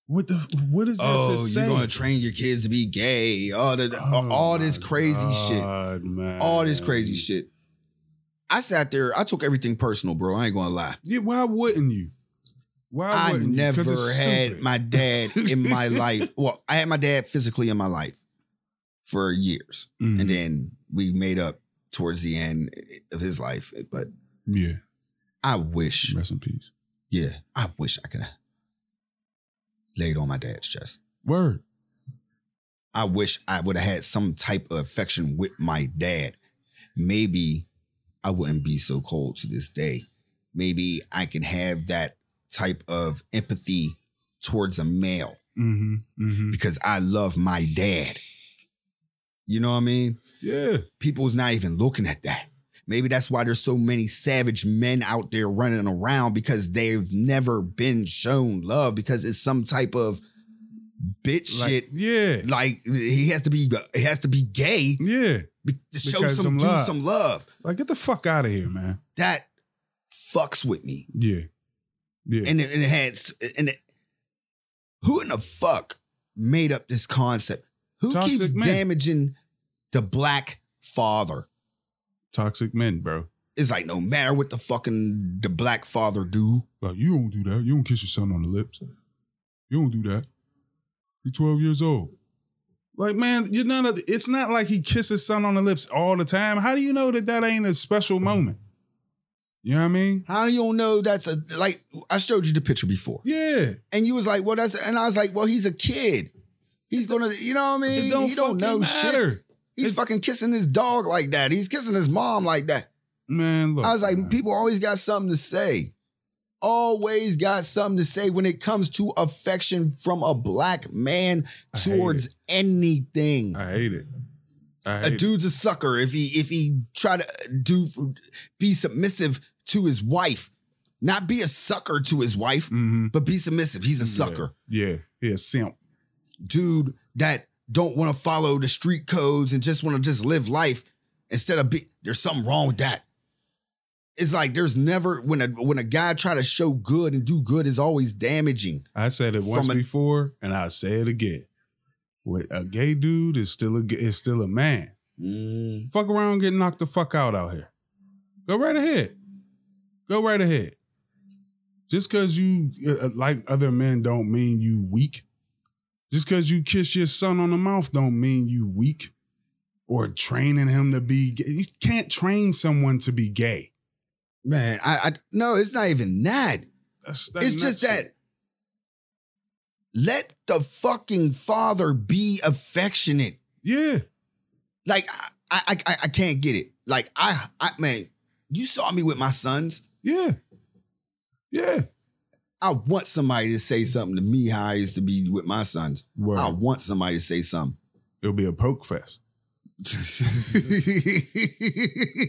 S3: What the what is that
S4: Oh,
S3: to
S4: you're
S3: say?
S4: gonna train your kids to be gay. All the,
S3: Oh,
S4: all this
S3: my
S4: crazy shit.
S3: God, man.
S4: All this crazy shit. I sat there. I took everything personal, bro. I ain't gonna lie.
S3: Yeah, why wouldn't you? Why
S4: I
S3: wouldn't you? 'Cause
S4: never
S3: it's
S4: had
S3: stupid.
S4: my dad in my life. Well, I had my dad physically in my life for years,
S3: Mm,
S4: and then we made up towards the end of his life. But
S3: yeah.
S4: I wish,
S3: Rest in peace.
S4: yeah, I wish I could have laid on my dad's chest.
S3: Word.
S4: I wish I would have had some type of affection with my dad. Maybe I wouldn't be so cold to this day. Maybe I can have that type of empathy towards a male
S3: Mm-hmm. Mm-hmm.
S4: because I love my dad. You know what I mean?
S3: Yeah.
S4: People's not even looking at that. Maybe that's why there's so many savage men out there running around because they've never been shown love because it's some type of bitch
S3: Like,
S4: shit
S3: Yeah.
S4: like he has to be he has to be gay
S3: Yeah.
S4: be- to show
S3: Because
S4: some
S3: some
S4: dude
S3: love.
S4: some love.
S3: Like get the fuck out of here, man.
S4: That fucks with me.
S3: Yeah. Yeah.
S4: And it, and it had and it, who in the fuck made up this concept? Who
S3: Toxic
S4: keeps
S3: men.
S4: damaging the black father?
S3: Toxic men, bro.
S4: It's like no matter what the fucking the black father do.
S3: Like, you don't do that. You don't kiss your son on the lips. You don't do that. You're 12 years old. Like, man, you're not a, it's not like he kisses his son on the lips all the time. How do you know that that ain't a special moment? You know what I mean?
S4: How you don't know that's a like I showed you the picture before.
S3: Yeah.
S4: And you was like, well, that's and I was like, well, he's a kid. He's gonna, you know what I mean?
S3: It don't
S4: he don't
S3: fucking
S4: know shit.
S3: matter.
S4: He's
S3: It-
S4: fucking kissing his dog like that. He's kissing his mom like that.
S3: Man, look.
S4: I was like,
S3: man.
S4: people always got something to say. Always got something to say when it comes to affection from a black man
S3: I hate
S4: towards anything.
S3: I hate it. I hate
S4: A dude's a sucker if he if he try to do be submissive to his wife. Not be a sucker to his wife,
S3: it. Mm-hmm.
S4: but be submissive. He's a sucker.
S3: Yeah. Yeah. Simp.
S4: Dude that don't want to follow the street codes and just want to just live life instead of be there's something wrong with that. It's like there's never when a when a guy try to show good and do good is always damaging.
S3: I said it once
S4: From a-
S3: before, and I say it again. With a gay dude is still a g- is still a man. Fuck around, and get knocked the fuck out out here. Go right ahead. Go right ahead. uh, Just because you uh, like other men don't mean you weak. Just because you kiss your son on the mouth don't mean you weak or training him to be gay. You can't train someone to be gay.
S4: Man, I, I no, it's not even that.
S3: That's, that's
S4: It's just
S3: nuts.
S4: that let the fucking father be affectionate.
S3: Yeah.
S4: Like I, I, I, I can't get it. Like I, I, man, you saw me with my sons.
S3: Yeah. Yeah.
S4: I want somebody to say something to me how I used to be with my sons.
S3: Word.
S4: I want somebody to say something.
S3: It'll be a poke fest.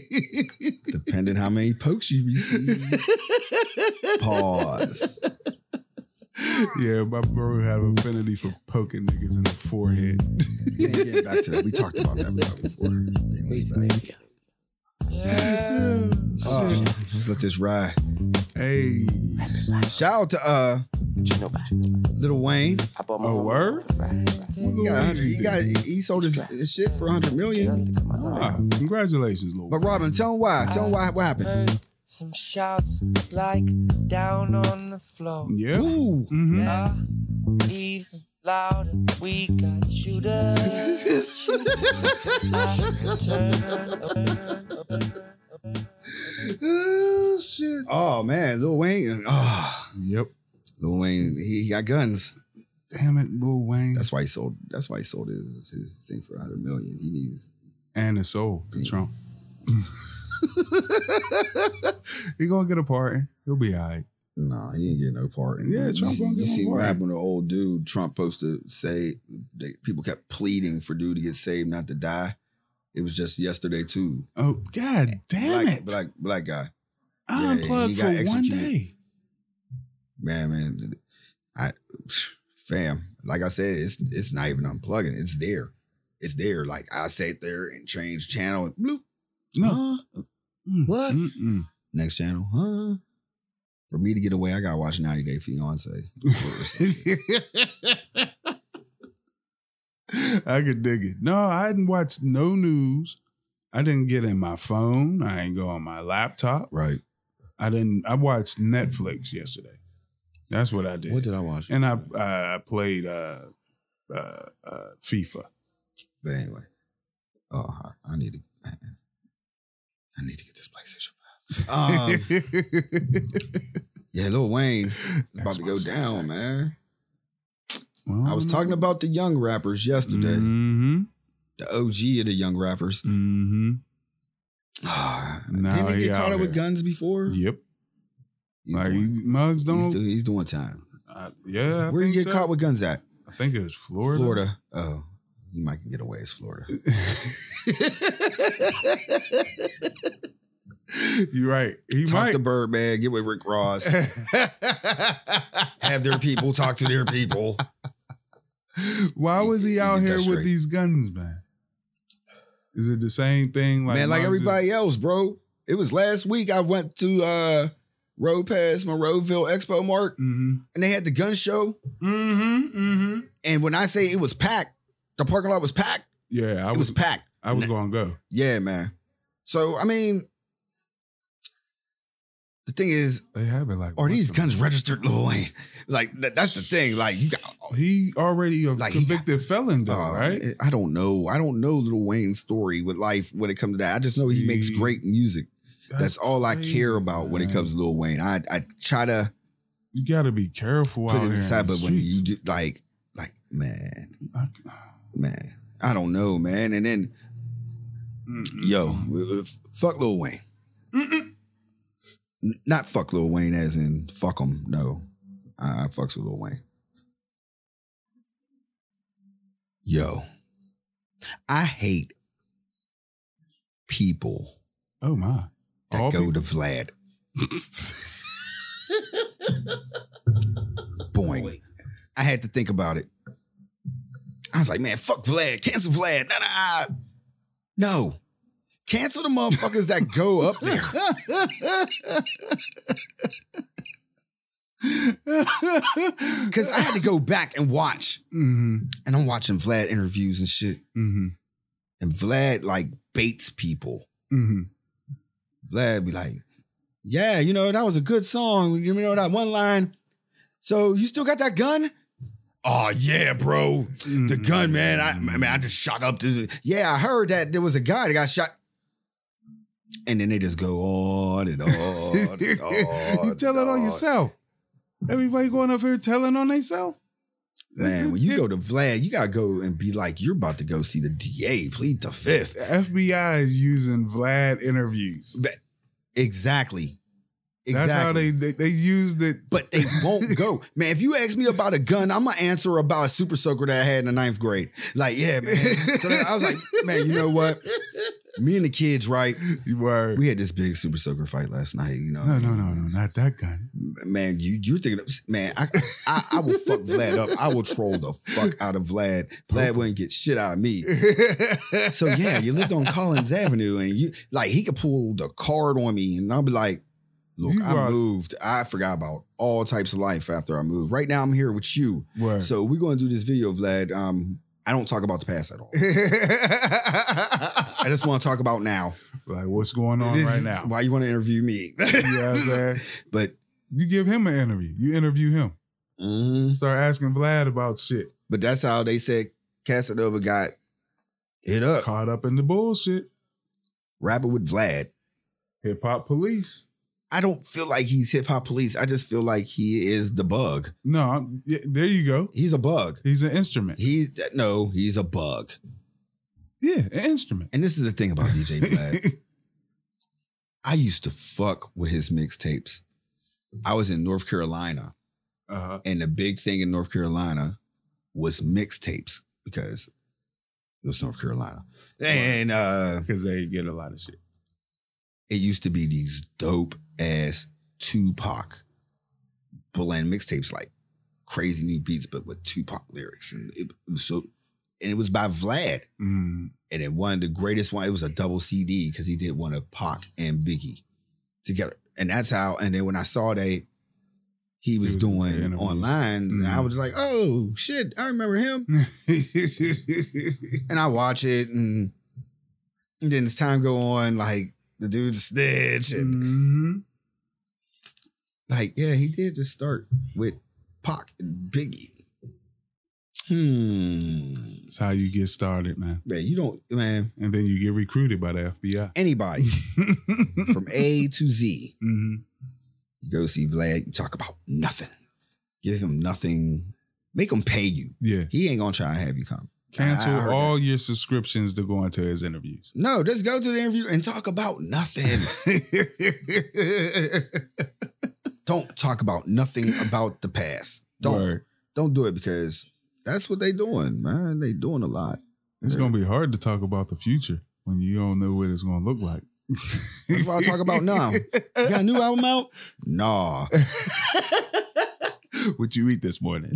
S4: Depending how many pokes you receive. Pause.
S3: Yeah, my bro had an affinity for poking niggas in the forehead.
S4: Yeah, yeah, back to that. We talked about that before.
S2: Please, baby.
S4: Uh, let's let this ride.
S3: hey.
S4: Shout out to uh Little Wayne.
S3: A Oh, word?
S4: He, got, a hundred- he, got, he sold his, his shit for 100 million.
S3: Ah, congratulations, Lil.
S4: But Robin, tell him why. Tell him why what happened.
S5: Heard some shouts like down on the floor.
S3: Yeah.
S4: Ooh.
S3: Mm-hmm.
S5: Yeah. Even louder, we got shooters.
S4: Oh, shit. Oh man, Lil Wayne. Oh,
S3: Yep.
S4: Lil Wayne, he, he got guns.
S3: Damn it, Lil Wayne.
S4: That's why he sold that's why he sold his, his thing for 100 million. He needs
S3: and his soul to Trump. he gonna get a pardon. He'll be all right.
S4: Nah, he ain't getting no pardon.
S3: Yeah, Trump
S4: you,
S3: gonna
S4: you
S3: get no
S4: see what
S3: pardon.
S4: happened to old dude. Trump supposed to say they, people kept pleading for dude to get saved, not to die. It was just yesterday too.
S3: Oh God damn
S4: black,
S3: it!
S4: black black guy.
S3: I
S4: yeah,
S3: unplugged
S4: he
S3: for
S4: got
S3: one
S4: executed.
S3: day.
S4: Man, man. I fam, like I said, it's it's not even unplugging. It's there. It's there. Like I sat there and changed channel and bloop.
S3: No.
S4: Huh?
S3: Mm,
S4: What?
S3: mm-mm.
S4: Next channel, huh? For me to get away, I gotta watch 90 Day Fiance.
S3: I could dig it. No, I hadn't watched no news. I didn't get in my phone. I ain't go on my laptop.
S4: right.
S3: I didn't. I watched Netflix yesterday. That's what I did.
S2: I watch?
S3: and I uh, played uh, uh, uh, FIFA.
S4: But anyway, oh, I, I need to, I need to get this PlayStation Five. Um, yeah, Lil Wayne is about to go
S3: Xbox Series
S4: down,
S3: X.
S4: man.
S3: Well,
S4: I was talking about the young rappers yesterday,
S3: Mm-hmm.
S4: the OG of the young rappers.
S3: Mm-hmm.
S4: Ah,
S3: Now
S4: Didn't he
S3: he
S4: get
S3: out
S4: caught up with
S3: here.
S4: guns before?
S3: Yep.
S4: He's,
S3: like
S4: doing,
S3: he- mugs
S4: he's,
S3: don't.
S4: do- he's doing time.
S3: uh, yeah. I
S4: Where you
S3: think
S4: get
S3: so.
S4: caught with guns at?
S3: I think it was Florida.
S4: Florida. Oh, you might get away as Florida.
S3: You're right. He
S4: talk
S3: might.
S4: to Birdman. Get with Rick Ross. Have their people talk to their people.
S3: Why was
S4: You
S3: he
S4: get
S3: out
S4: that
S3: here
S4: straight.
S3: with these guns, man? Is it the same thing? Like
S4: Man, like
S3: Muggs is-
S4: everybody else, bro. It was last week I went to uh Road Pass Monroeville Expo Mark
S3: Mhm.
S4: and they had the gun show.
S3: Mhm. Mhm.
S4: And when I say it was packed, the parking lot was packed.
S3: Yeah, I
S4: it was,
S3: was.
S4: packed.
S3: I was gonna go.
S4: Yeah, man. So I mean, the thing is,
S3: They have it like.
S4: are
S3: once
S4: these
S3: a
S4: guns registered, Lil Wayne? Like that, that's the thing. Like you got
S3: He already a
S4: Like, he got-
S3: convicted felon, though,
S4: Uh,
S3: right?
S4: I don't know. I don't know Lil Wayne's story with life when it comes to that. I just know he makes
S3: See,
S4: great music. That's, all I
S3: crazy,
S4: care about when it
S3: man.
S4: comes to Lil Wayne. I I try to
S3: You gotta be careful out
S4: put it
S3: here
S4: aside,
S3: in the
S4: but when you
S3: streets.
S4: do, like like man,
S3: I-
S4: man, I don't know, man. And then
S3: Mm-mm.
S4: yo, f- Uh, fuck Lil Wayne. N- Not fuck Lil Wayne as in fuck him. No, I, I fucks with Lil Wayne. Yo, I hate people
S3: Oh my!
S4: that
S3: All
S4: go
S3: people-
S4: to Vlad. Boing. I had to think about it. I was like, man, fuck Vlad. Cancel Vlad. Nah, nah, nah. No. Cancel the motherfuckers that go up there. Because I had to go back and watch.
S3: Mhm.
S4: And I'm watching Vlad interviews and shit.
S3: Mhm.
S4: And Vlad like baits people.
S3: Mhm.
S4: Vlad be like, yeah, you know, that was a good song. You know, that one line. So you still got that gun? oh yeah, bro, the
S3: mm-hmm.
S4: gun, man. I, I mean, I just shot up this. Yeah, I heard that there was a guy that got shot. And then they just go on and on and on.
S3: you tell it
S4: and
S3: on yourself. Everybody going up here telling on themselves.
S4: Man, when you go to Vlad, you gotta go and be like, you're about to go see the DA plead the fifth.
S3: The FBI is using Vlad interviews.
S4: That- exactly. Exactly.
S3: That's how they, they they used it.
S4: but they won't go. Man, if you ask me about a gun, I'm gonna answer about a super soaker that I had in the ninth grade. Like, yeah, man. So then I was like, man, you know what? Me and the kids, right?
S3: You were
S4: We had this big super soaker fight last night. You know,
S3: no no no no not that gun.
S4: man, you you thinking, of, man? I, I I will fuck Vlad up. I will troll the fuck out of Vlad. Vlad wouldn't get shit out of me. So yeah, you lived on Collins Avenue, and you like he could pull the card on me, and I'll be like, "Look,
S3: You
S4: I
S3: are-
S4: moved. I forgot about all types of life after I moved. Right now, I'm here with you.
S3: Word.
S4: So we're going to do this video, Vlad. Um, I don't talk about the past at all. I just want to talk about now.
S3: like what's going on
S4: This
S3: right
S4: is
S3: now?
S4: Why you want to interview me?
S3: You know what I'm saying?
S4: but
S3: You give him an interview. You interview him.
S4: mm,
S3: Start asking Vlad about shit.
S4: but that's how they said Casanova got hit up.
S3: Caught up in the bullshit.
S4: Rapper with Vlad.
S3: Hip hop police.
S4: I don't feel like he's hip hop police. I just feel like he is the bug.
S3: No, I'm- yeah, there you go.
S4: He's a bug.
S3: He's an instrument.
S4: He no, he's a bug.
S3: yeah, an instrument.
S4: And this is the thing about DJ Vlad. I used to fuck with his mixtapes. I was in North Carolina,
S3: Uh,
S4: and the big thing in North Carolina was mixtapes because it was North Carolina. And uh
S3: Because they get a lot of shit.
S4: it used to be these dope ass Tupac blend mixtapes like crazy new beats, but with Tupac lyrics. And it, it was so and it was by Vlad.
S3: Mm,
S4: and then one of the greatest one. It was a double CD because he did one of Pac and Biggie together, and that's how. And then when I saw that he was,
S3: was
S4: doing
S3: the interviews.
S4: online, and I
S3: Mhm.
S4: was like, "Oh shit, I remember him." and I watch it, and, and then as time go on, like the dude's snitch, and
S3: mhm.
S4: like yeah, he did just start with Pac and Biggie. Hmm.
S3: That's how you get started, man.
S4: Man, you don't, man.
S3: And then you get recruited by the FBI.
S4: Anybody from A to Z.
S3: Mhm.
S4: You go see Vlad, you talk about nothing. Give him nothing. Make him pay you.
S3: Yeah.
S4: He ain't gonna try and have you come. I- I
S3: Cancel
S4: heard
S3: all your subscriptions to go into his interviews.
S4: No, just go to the interview and talk about nothing. don't talk about nothing about the past. Don't
S3: Word.
S4: don't do it because that's what they doing, man. They doing a lot.
S3: It's
S4: Yeah.
S3: gonna be hard to talk about the future when you don't know what it's gonna look like.
S4: That's what I talk about now. You got a new album out? Nah.
S3: What you eat this morning?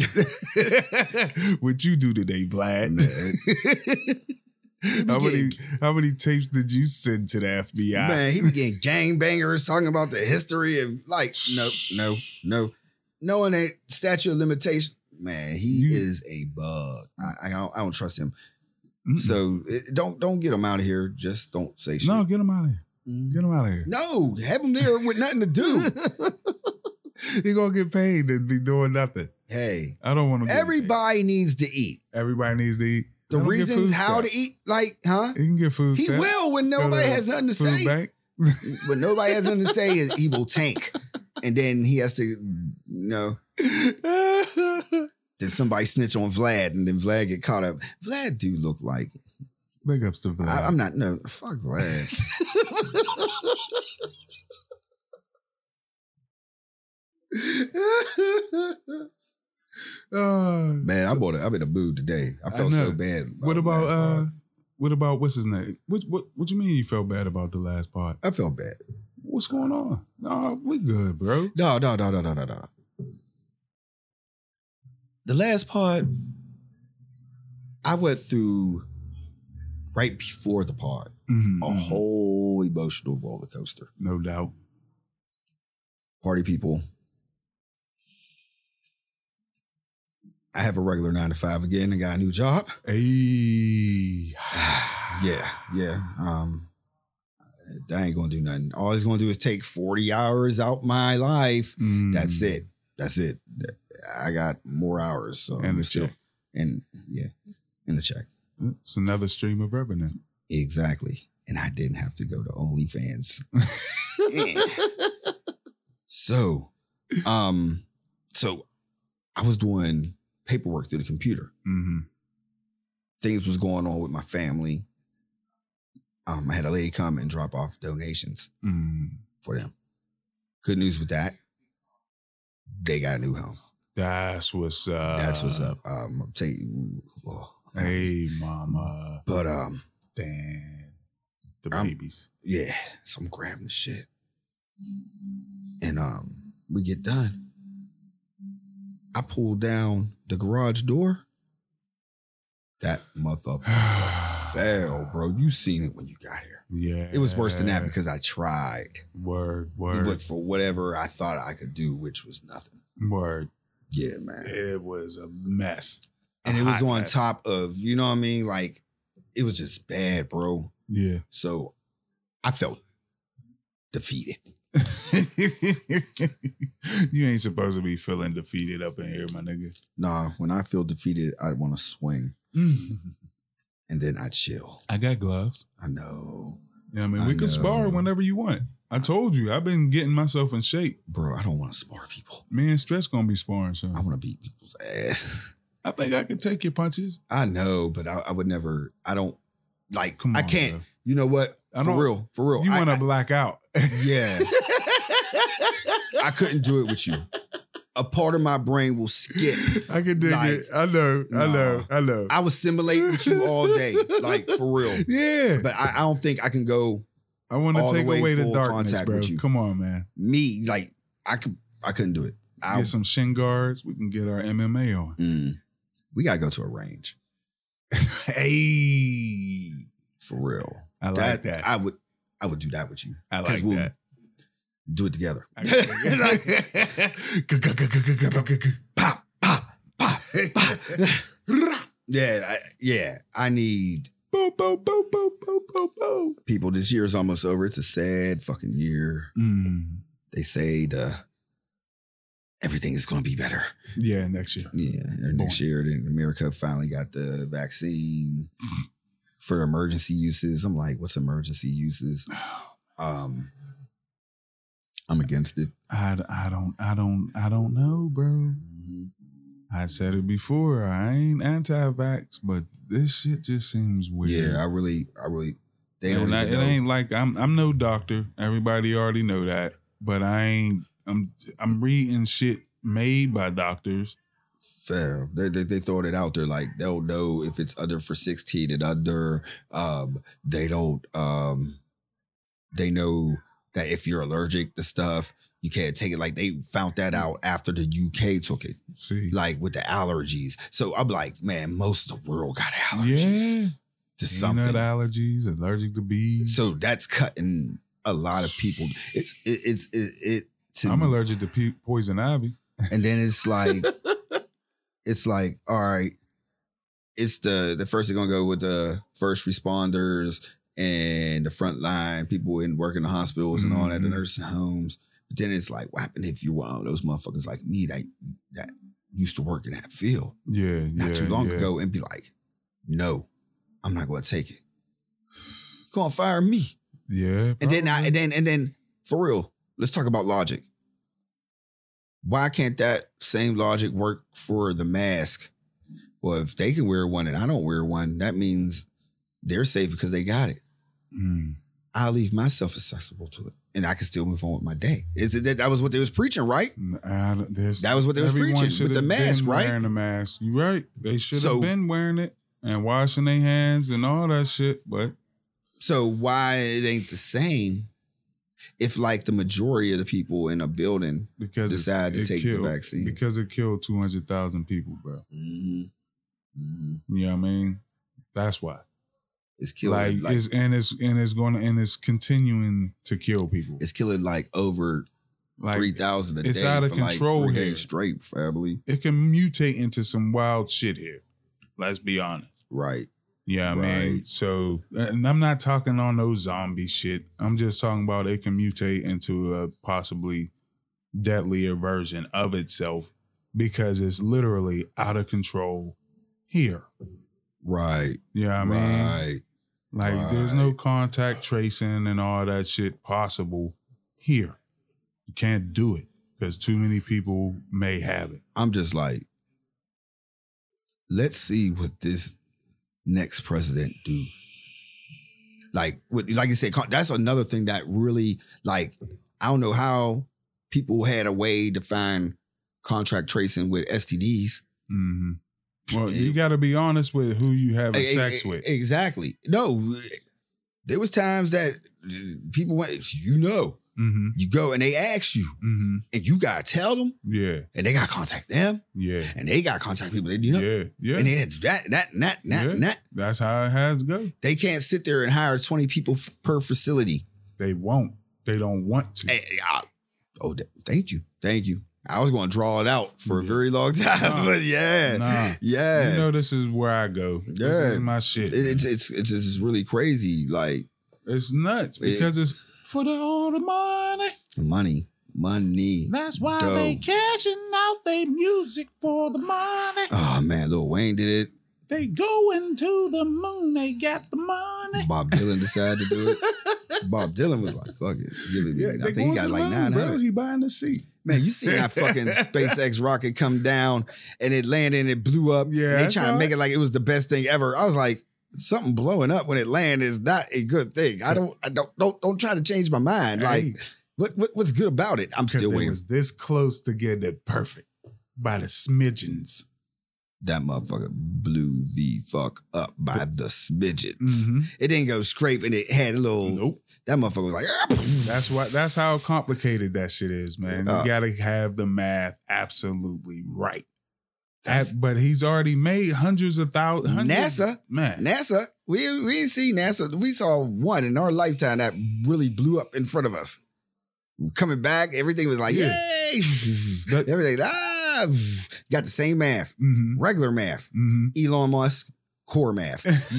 S3: what you do today, Vlad?
S4: Man. He
S3: How
S4: be
S3: many
S4: getting-
S3: how many tapes did you send to the FBI?
S4: Man, he be getting gangbangers talking about the history of like, no, no, no. Knowing that statute of limitation, man, he
S3: You-
S4: is a bug. I, I don't I don't trust him.
S3: Mm-mm.
S4: So it, don't don't get him out of here. Just don't say shit.
S3: no, get him out of here.
S4: Mm.
S3: Get him out of here.
S4: No, have him there with nothing to do.
S3: He gonna get paid to be doing nothing.
S4: hey,
S3: I don't want to.
S4: everybody needs to eat.
S3: everybody needs to eat.
S4: The
S3: Let him get
S4: reasons
S3: food
S4: how to
S3: stamps.
S4: eat, like, huh?
S3: He can get food.
S4: He
S3: stamps,
S4: will when
S3: to
S4: nobody
S3: the
S4: has nothing to
S3: Food
S4: say.
S3: bank.
S4: When nobody has nothing to say is he will tank. And then he has to, you know, Then somebody snitch on Vlad, and then Vlad get caught up. Vlad do look like
S3: Big ups to Vlad.
S4: I, am not no fuck Vlad.
S3: Uh,
S4: Man, I bought it. I'm in a mood today. I
S3: I
S4: felt so
S3: know.
S4: bad.
S3: what
S4: the
S3: about
S4: last
S3: uh?
S4: part.
S3: What about what's his name? What what what you mean you felt bad about the last part?
S4: I felt bad.
S3: What's going on? Nah, we good, bro.
S4: No, no, no, no, no, no, no. The last part, I went through right before the part
S3: Mhm.
S4: a whole emotional roller coaster.
S3: No doubt.
S4: party people. I have a regular nine to five again and got a new job.
S3: Hey.
S4: Yeah, yeah. Um, I ain't gonna do nothing. All it's gonna do is take 40 hours out my life.
S3: Mm.
S4: That's it. That's it. I got more hours. So
S3: And the
S4: still-
S3: check.
S4: And yeah, and the check.
S3: It's another stream of revenue.
S4: Exactly. And I didn't have to go to OnlyFans. so, um, so I was doing paperwork through the computer.
S3: hmm
S4: Things was going on with my family. Um, I had a lady come and drop off donations
S3: mm
S4: for them. Good news with that. They got a new home.
S3: That's what's up.
S4: That's what's up. Um, I'll tell you. oh,
S3: Hey, mama.
S4: But um,
S3: Damn. The
S4: I'm-
S3: babies.
S4: yeah. So I'm grabbing the shit, and um, we get done. I pull down the garage door. That motherfucker fell, bro. You seen it when you got here.
S3: yeah.
S4: It was worse than that because I tried,
S3: Word, word,
S4: but for whatever I thought I could do, which was nothing.
S3: word.
S4: Yeah, man.
S3: It was a mess. A
S4: and it was
S3: hot
S4: on
S3: mess.
S4: top of you know what I mean. Like it was just bad, bro.
S3: Yeah.
S4: So I felt defeated.
S3: you ain't supposed to be feeling defeated up in here, my nigga.
S4: Nah, when I feel defeated, I want to swing and then I chill.
S3: I got gloves.
S4: I know,
S3: Yeah, I mean,
S4: I
S3: we can spar
S4: know.
S3: whenever you want. I told you, I've been getting myself in shape.
S4: bro. I don't want to spar people.
S3: Me and Stress gonna be sparring soon.
S4: I want to beat people's ass.
S3: I think I can take your punches.
S4: I know, but I, I would never. I don't like.
S3: Come on,
S4: I can't.
S3: bro.
S4: You know what?
S3: I
S4: for
S3: don't-
S4: real, for real.
S3: you
S4: I-
S3: want to
S4: I-
S3: black out?
S4: Yeah. I couldn't do it with you. A part of my brain will skip.
S3: I can dig
S4: Like,
S3: it. I know. I know. I know.
S4: I would simulate with you all day, like for real.
S3: yeah.
S4: But I, I don't think I can go
S3: I want to
S4: all the
S3: take
S4: way
S3: away the
S4: full
S3: darkness,
S4: contact
S3: bro.
S4: with you.
S3: Come on, man.
S4: me like I could. I couldn't do it. I,
S3: Get some shin guards. We can get our MMA on.
S4: Mm. we gotta go to a range
S3: hey.
S4: for real.
S3: I like that.
S4: I would. I would do that with you.
S3: I
S4: 'cause
S3: like
S4: we'll
S3: that.
S4: Do it together.
S3: I got it.
S4: Pop, pop, pop, pop. yeah, I, yeah. I need
S3: Boom, boom, boom, boom, boom, boom, boom.
S4: people. This year is almost over. It's a sad fucking year.
S3: Mm.
S4: They say the everything is gonna be better.
S3: Yeah, next year.
S4: Yeah, and next year, then America finally got the vaccine
S3: Mm-hmm.
S4: for emergency uses. I'm like, what's emergency uses? Um, I'm against it.
S3: I, I don't I don't I don't know, bro. I said it before. I ain't anti-vax, but this shit just seems weird.
S4: Yeah, I really, I really, they don't
S3: And I-
S4: even
S3: it
S4: know.
S3: ain't like I'm I'm no doctor. Everybody already know that. But I ain't I'm I'm reading shit made by doctors.
S4: fair. They, they they throwing it out there like they'll know if it's under for sixteen and under. Um, they don't. Um, they know that if you're allergic to stuff, you can't take it. Like they found
S3: Mm.
S4: that out after the UK took it,
S3: See.
S4: like with the allergies. So I'm like, man, most of the world got allergies
S3: yeah.
S4: to
S3: Peanut
S4: something.
S3: allergies, allergic to bees.
S4: So that's cutting a lot of people. It's it, it's it. it to
S3: I'm
S4: me.
S3: allergic to pe- poison ivy.
S4: And then it's like, it's like, all right, it's the the first they're gonna go with the first responders and the front line people in working the hospitals and all that, the
S3: Mhm.
S4: nursing homes. But then it's like, what happened if you're one of those motherfuckers like me that that used to work in that field
S3: Yeah,
S4: not
S3: yeah,
S4: too long
S3: yeah.
S4: ago and be like, no, I'm not gonna take it. You're gonna fire me.
S3: Yeah,
S4: And then I, and then and then for real, let's talk about logic. Why can't that same logic work for the mask? Well, if they can wear one and I don't wear one, that means they're safe because they got it.
S3: Mm.
S4: I leave myself accessible to it, and I can still move on with my day. Is it that, that was what they was preaching, right?
S3: I don't- there's-
S4: That was what they was
S3: everyone
S4: preaching
S3: should
S4: with the
S3: have
S4: mask,
S3: been
S4: right?
S3: Wearing the mask, you right? They should have
S4: So-
S3: been wearing it and washing their hands and all that shit. But
S4: So why it ain't the same? If like the majority of the people in a building,
S3: because it's-
S4: Decide to
S3: it
S4: take the
S3: killed,
S4: vaccine.
S3: because it killed two hundred thousand people, bro.
S4: Mhm. Mhm.
S3: You know what I mean? That's why.
S4: it's killing.
S3: like,
S4: like-
S3: it's and it's and it's going to and it's continuing to kill people.
S4: it's killing like over
S3: like
S4: three thousand a
S3: it's
S4: day
S3: out of
S4: for, like,
S3: control
S4: three
S3: here.
S4: days straight, family.
S3: it can mutate into some wild shit here. Let's be honest.
S4: Right.
S3: Yeah, I mean,
S4: Right.
S3: so and I'm not talking on no zombie shit. I'm just talking about it can mutate into a possibly deadlier version of itself because it's literally out of control here.
S4: Right.
S3: You know what I mean?
S4: right.
S3: Like there's no
S4: Right.
S3: contact tracing and all that shit possible here. You can't do it because too many people may have it.
S4: I'm just like, let's see what this next president do. Like, with, like you said, con- that's another thing that really, like, I don't know how people had a way to find contract tracing with STDs.
S3: hmm Well, you got to be honest with who you having
S4: E- e-
S3: sex with.
S4: Exactly. No, there was times that uh, people went, you know,
S3: hmm
S4: you go and they ask you,
S3: hmm
S4: and you gotta tell them,
S3: Yeah,
S4: and they gotta contact them,
S3: yeah,
S4: and they gotta contact people that you know.
S3: yeah, yeah.
S4: And they had to do that, that, and that, and that, and
S3: Yeah.
S4: that.
S3: That's how it has to go.
S4: They can't sit there and hire 20 people f- per facility.
S3: They won't. They don't want to.
S4: Eh, eh, ah, oh, th- thank you. Thank you. I was going to draw it out for a
S3: Yeah.
S4: very long time,
S3: Nah.
S4: but yeah.
S3: Nah.
S4: Yeah.
S3: You know this is where I go.
S4: Yeah.
S3: This is my shit.
S4: It- it's, it's, it's, it's really crazy. Like,
S3: it's nuts because it's for the all the money.
S4: money, money.
S3: That's why
S4: Dope.
S3: they cashing out their music for the money.
S4: Oh, man. Lil Wayne did
S3: They going to the moon. They got the money.
S4: it. Bob Dylan decided to do it. Bob Dylan was like, fuck it. Give it
S3: Yeah,
S4: I
S3: they
S4: think
S3: going
S4: he got
S3: to
S4: like
S3: the moon, bro.
S4: 900.
S3: He buying the seat.
S4: Man, you seen that fucking SpaceX rocket come down and it landed and it blew up.
S3: Yeah,
S4: and they
S3: I
S4: trying to
S3: saw
S4: make
S3: it.
S4: it like it was the best thing ever. I was like, something blowing up when it lands is not a good thing. I don't, I don't, don't, don't try to change my mind. Like,
S3: Hey,
S4: what, what, what's good about it? I'm
S3: 'cause
S4: still
S3: they
S4: waiting.
S3: was this close to getting it perfect by the smidgens.
S4: that motherfucker blew the fuck up by the smidgens. It didn't go scrape and it had a little.
S3: Mm-hmm. Nope.
S4: That motherfucker was like, "Ah, pff."
S3: That's why. That's how complicated that shit is, man. You
S4: Uh,
S3: gotta have the math absolutely right.
S4: That's-
S3: At- but he's already made hundreds of thousands. Hundreds,
S4: NASA?
S3: man.
S4: NASA. We we didn't see NASA. We saw one in our lifetime that really blew up in front of us. Coming back, everything was like,
S3: Yeah.
S4: yay!
S3: That-
S4: everything, ah, got the same math,
S3: Mhm,
S4: regular math.
S3: mhm.
S4: Elon Musk, core math.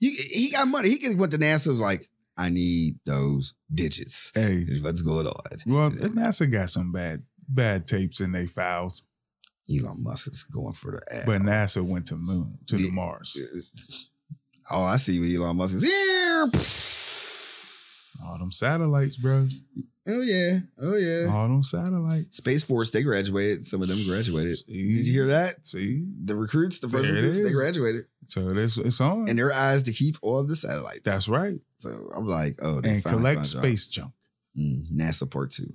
S4: You- he got money. He could have went to NASA. Was like, I need those digits.
S3: hey,
S4: What's going on?
S3: well, NASA got some bad bad tapes in their files,
S4: Elon Musk is going for the ass.
S3: but NASA went to moon to the
S4: Yeah.
S3: Mars.
S4: All Oh, I see with Elon Musk is, yeah.
S3: All them satellites, bro.
S4: Oh yeah, oh yeah.
S3: All them satellites.
S4: Space Force, they graduated. Some of them graduated.
S3: See?
S4: Did you hear that?
S3: See,
S4: The recruits, the first
S3: There it
S4: recruits, they
S3: is.
S4: graduated.
S3: so it's it's on.
S4: And their eyes to keep all the satellites.
S3: That's right.
S4: so I'm like, oh, they
S3: And
S4: finally
S3: collect
S4: found out.
S3: space junk.
S4: Mm, NASA part two.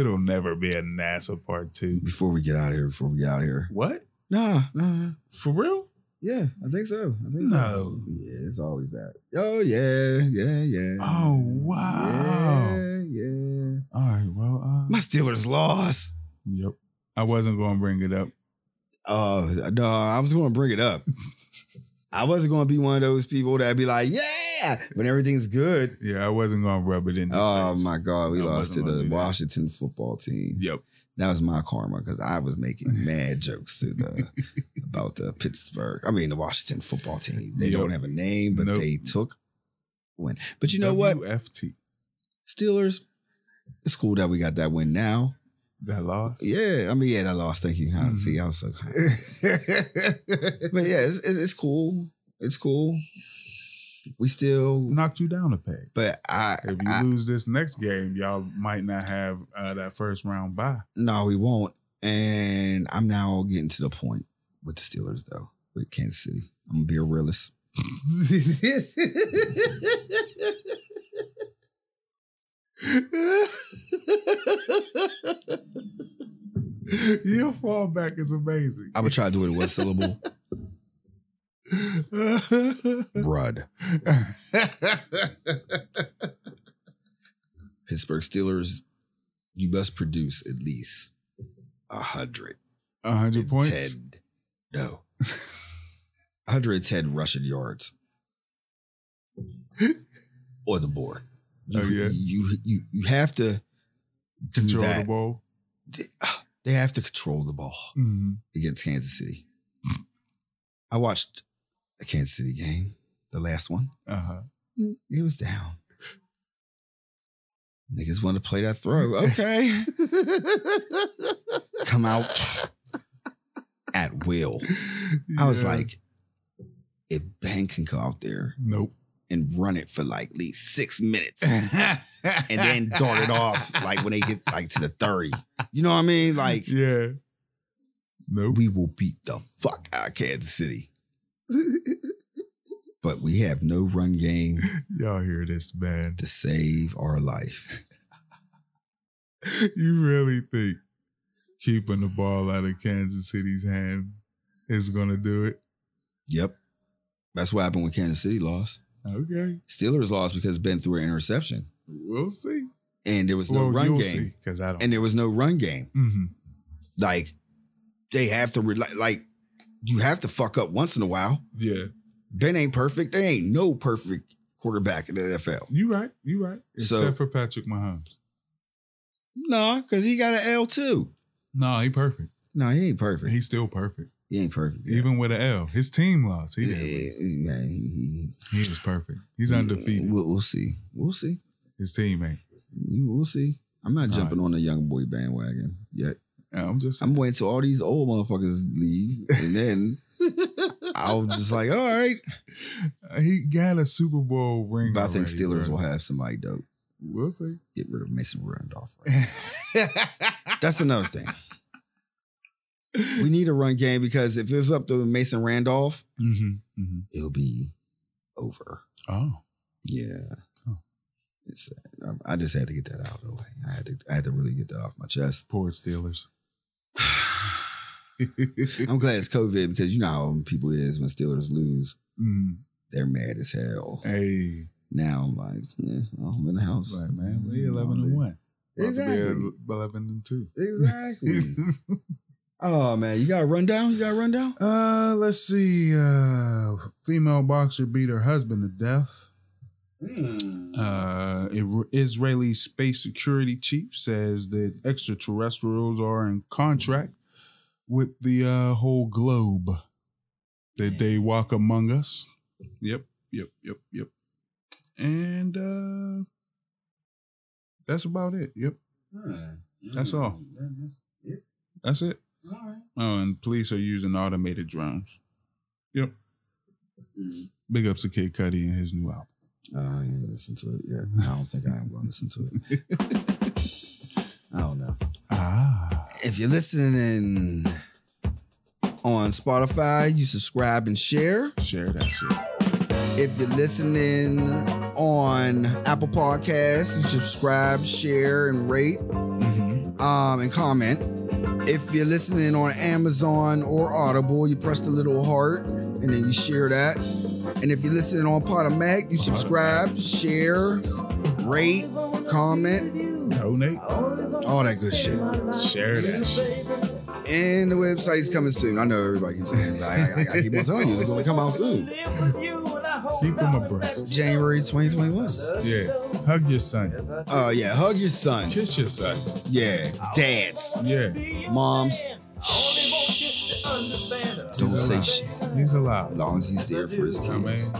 S3: It'll never be a NASA part two.
S4: before we get out of here, before we get out of here.
S3: What?
S4: Nah, nah.
S3: For real?
S4: Yeah, I think so. I think
S3: No.
S4: So. Yeah, it's always that. Oh yeah, yeah, yeah.
S3: Oh wow!
S4: Yeah, yeah.
S3: All right. Well, uh,
S4: My Steelers lost.
S3: yep. I wasn't going to bring it up.
S4: Oh no, I was going to bring it up. I wasn't going to be one of those people that be like, "Yeah," when everything's good.
S3: Yeah, I wasn't going to rub it in. your
S4: Oh
S3: face.
S4: my God, we
S3: I
S4: lost to
S3: wasn't gonna
S4: the
S3: do that.
S4: Washington football team.
S3: Yep.
S4: That was my karma because I was making mad jokes to the about the Pittsburgh. I mean, the Washington football team. They
S3: Yep.
S4: don't have a name, but
S3: Nope.
S4: they took win. But you know what,
S3: WFT.
S4: Steelers. It's cool that we got that win now.
S3: That loss.
S4: Yeah, I mean, yeah, that lost. Thank you. huh?
S3: Mhm.
S4: See, I was so kind. but yeah, it's, it's, it's cool. It's cool. We still,
S3: Knocked you down a peg.
S4: but I,
S3: If you
S4: I
S3: lose this next game, y'all might not have uh, that first round bye.
S4: no, we won't. And I'm now getting to the point with the Steelers, though, with Kansas City. I'm gonna be a realist.
S3: Your fallback is amazing.
S4: I would try to do it in one syllable, Brud. Pittsburgh Steelers, you must produce at least a hundred.
S3: A hundred points.
S4: Ted. No. 110 rushing yards or the board. You,
S3: Oh, yeah.
S4: you, you, you have to do
S3: Control the
S4: that.
S3: ball.
S4: They have to control the ball
S3: Mhm.
S4: against Kansas City. I watched the Kansas City
S3: Uh-huh.
S4: game, the last one.
S3: Uh huh.
S4: It was down. Niggas want to play that throw. Okay. Come out at will. I was
S3: Yeah.
S4: like, if Bang can go out there
S3: nope.
S4: and run it for like at least six minutes and then dart it off, like when they get like to the 30. You know what I mean? Like
S3: yeah. Nope.
S4: we will beat the fuck out of Kansas City. but we have no run game
S3: Y'all hear this, man.
S4: to save our life.
S3: You really think keeping the ball out of Kansas City's hand is going to do it?
S4: Yep. That's what happened when Kansas City lost.
S3: Okay.
S4: Steelers lost because Ben threw an interception
S3: We'll see.
S4: and there was no run game.
S3: Because I don't.
S4: And there was no run game.
S3: Mhm.
S4: Like they have to rely like you have to fuck up once in a while.
S3: Yeah.
S4: Ben ain't perfect. There ain't no perfect quarterback in the NFL.
S3: You right. You right.
S4: So-
S3: Except for Patrick Mahomes.
S4: No, because he got an L too.
S3: No, he perfect.
S4: No, he ain't perfect.
S3: He's still perfect.
S4: he ain't perfect.
S3: Even with an L. His team lost. He
S4: yeah,
S3: did.
S4: yeah, man, he-
S3: He was perfect. He's
S4: he-
S3: undefeated.
S4: We'll, we'll see. We'll see.
S3: His teammate.
S4: You will see. I'm not
S3: All
S4: jumping on the young boy bandwagon yet.
S3: I'm just
S4: I'm waiting till all these old motherfuckers leave, and then I'll just like, all right.
S3: he got a Super Bowl ring.
S4: But I think
S3: already,
S4: Steelers
S3: bro.
S4: will have somebody dope.
S3: We'll see.
S4: Get rid of Mason Randolph. That's another thing. We need a run game because if it's up to Mason Randolph,
S3: hmm hmm
S4: it'll be over.
S3: Oh,
S4: Yeah.
S3: Oh.
S4: It's, I I just had to get that out of the way. I had to, I had to really get that off my chest.
S3: poor Steelers.
S4: I'm glad it's COVID because you know how people is when Steelers lose,
S3: Mm.
S4: they're mad as hell.
S3: Hey,
S4: Now I'm like, yeah, I'm in the house.
S3: like, man, we
S2: Mm-hmm.
S3: eleven and one. About to be
S4: Exactly.
S3: eleven and two.
S4: Exactly.
S2: Hmm.
S4: oh man, you got a rundown? You got a rundown?
S2: Uh, let's see. Uh, female boxer beat her husband to death.
S3: Hmm.
S2: Uh, Ir- Israeli space security chief says that extraterrestrials are in contract
S3: With the uh, whole globe, that they walk among us.
S2: Yep, yep, yep, yep. And uh that's about it. Yep, That's all.
S3: Hmm.
S2: that's it. Oh, and police are using automated drones.
S3: Big ups to Kid Cudi and his new album.
S4: Oh, I ain't listen to it yet. I don't think I am going to listen to it. I don't know.
S3: Ah,
S4: If you're listening on Spotify, you subscribe and share.
S3: share that shit.
S4: If you're listening on Apple Podcasts, you subscribe, share, and rate
S3: Mm-hmm.
S4: um, and comment. If you're listening on Amazon or Audible, you press the little heart and then you share that. And if you're listening on Potomac, you subscribe, share, rate, comment,
S3: Donate.
S4: all that good shit.
S3: Share that shit.
S4: And the website's coming soon. I know everybody keeps saying that. I, I, I keep on telling you, it's going to come out soon.
S3: Keep them abreast.
S4: January 2021.
S3: Yeah. Hug your son.
S4: Oh, yeah. Hug your sons.
S3: Kiss your son.
S4: Yeah. Dads.
S3: Yeah.
S4: Moms. Don't say
S3: alive.
S4: shit.
S3: He's
S4: As
S3: alive.
S4: long as he's there for his
S3: I mean,
S4: kids.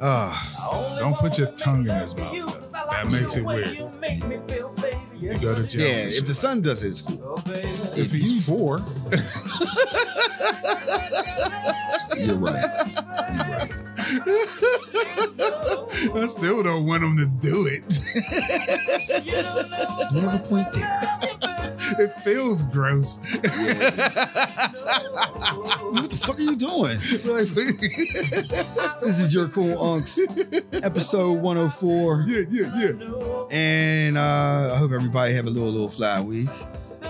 S4: Ah,
S3: don't put your tongue in his mouth. though. That makes it weird. You go to jail.
S4: yeah,
S3: for
S4: if
S3: shit
S4: the
S3: like
S4: son does it, it's cool.
S3: that. if he's four,
S4: You're right.
S3: I still don't want him to do it.
S4: You have a point there.
S3: it feels gross.
S4: What the fuck are you doing? this is your cool unks, episode 104.
S3: Yeah, yeah, yeah.
S4: And uh, I hope everybody have a little, little fly week.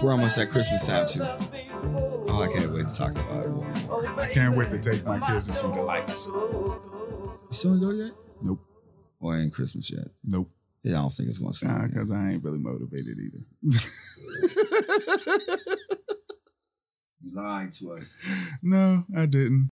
S4: We're almost at Christmas time, too. Oh, I can't wait to talk about it more and more.
S3: I can't wait to take my kids to see the lights.
S4: You still ain't go yet?
S3: Nope.
S4: Or ain't Christmas yet?
S3: Nope.
S4: Yeah, I don't think it's going to
S3: Nah,
S4: start. yet.
S3: because I ain't really motivated either.
S4: You lied to us.
S3: No, I didn't.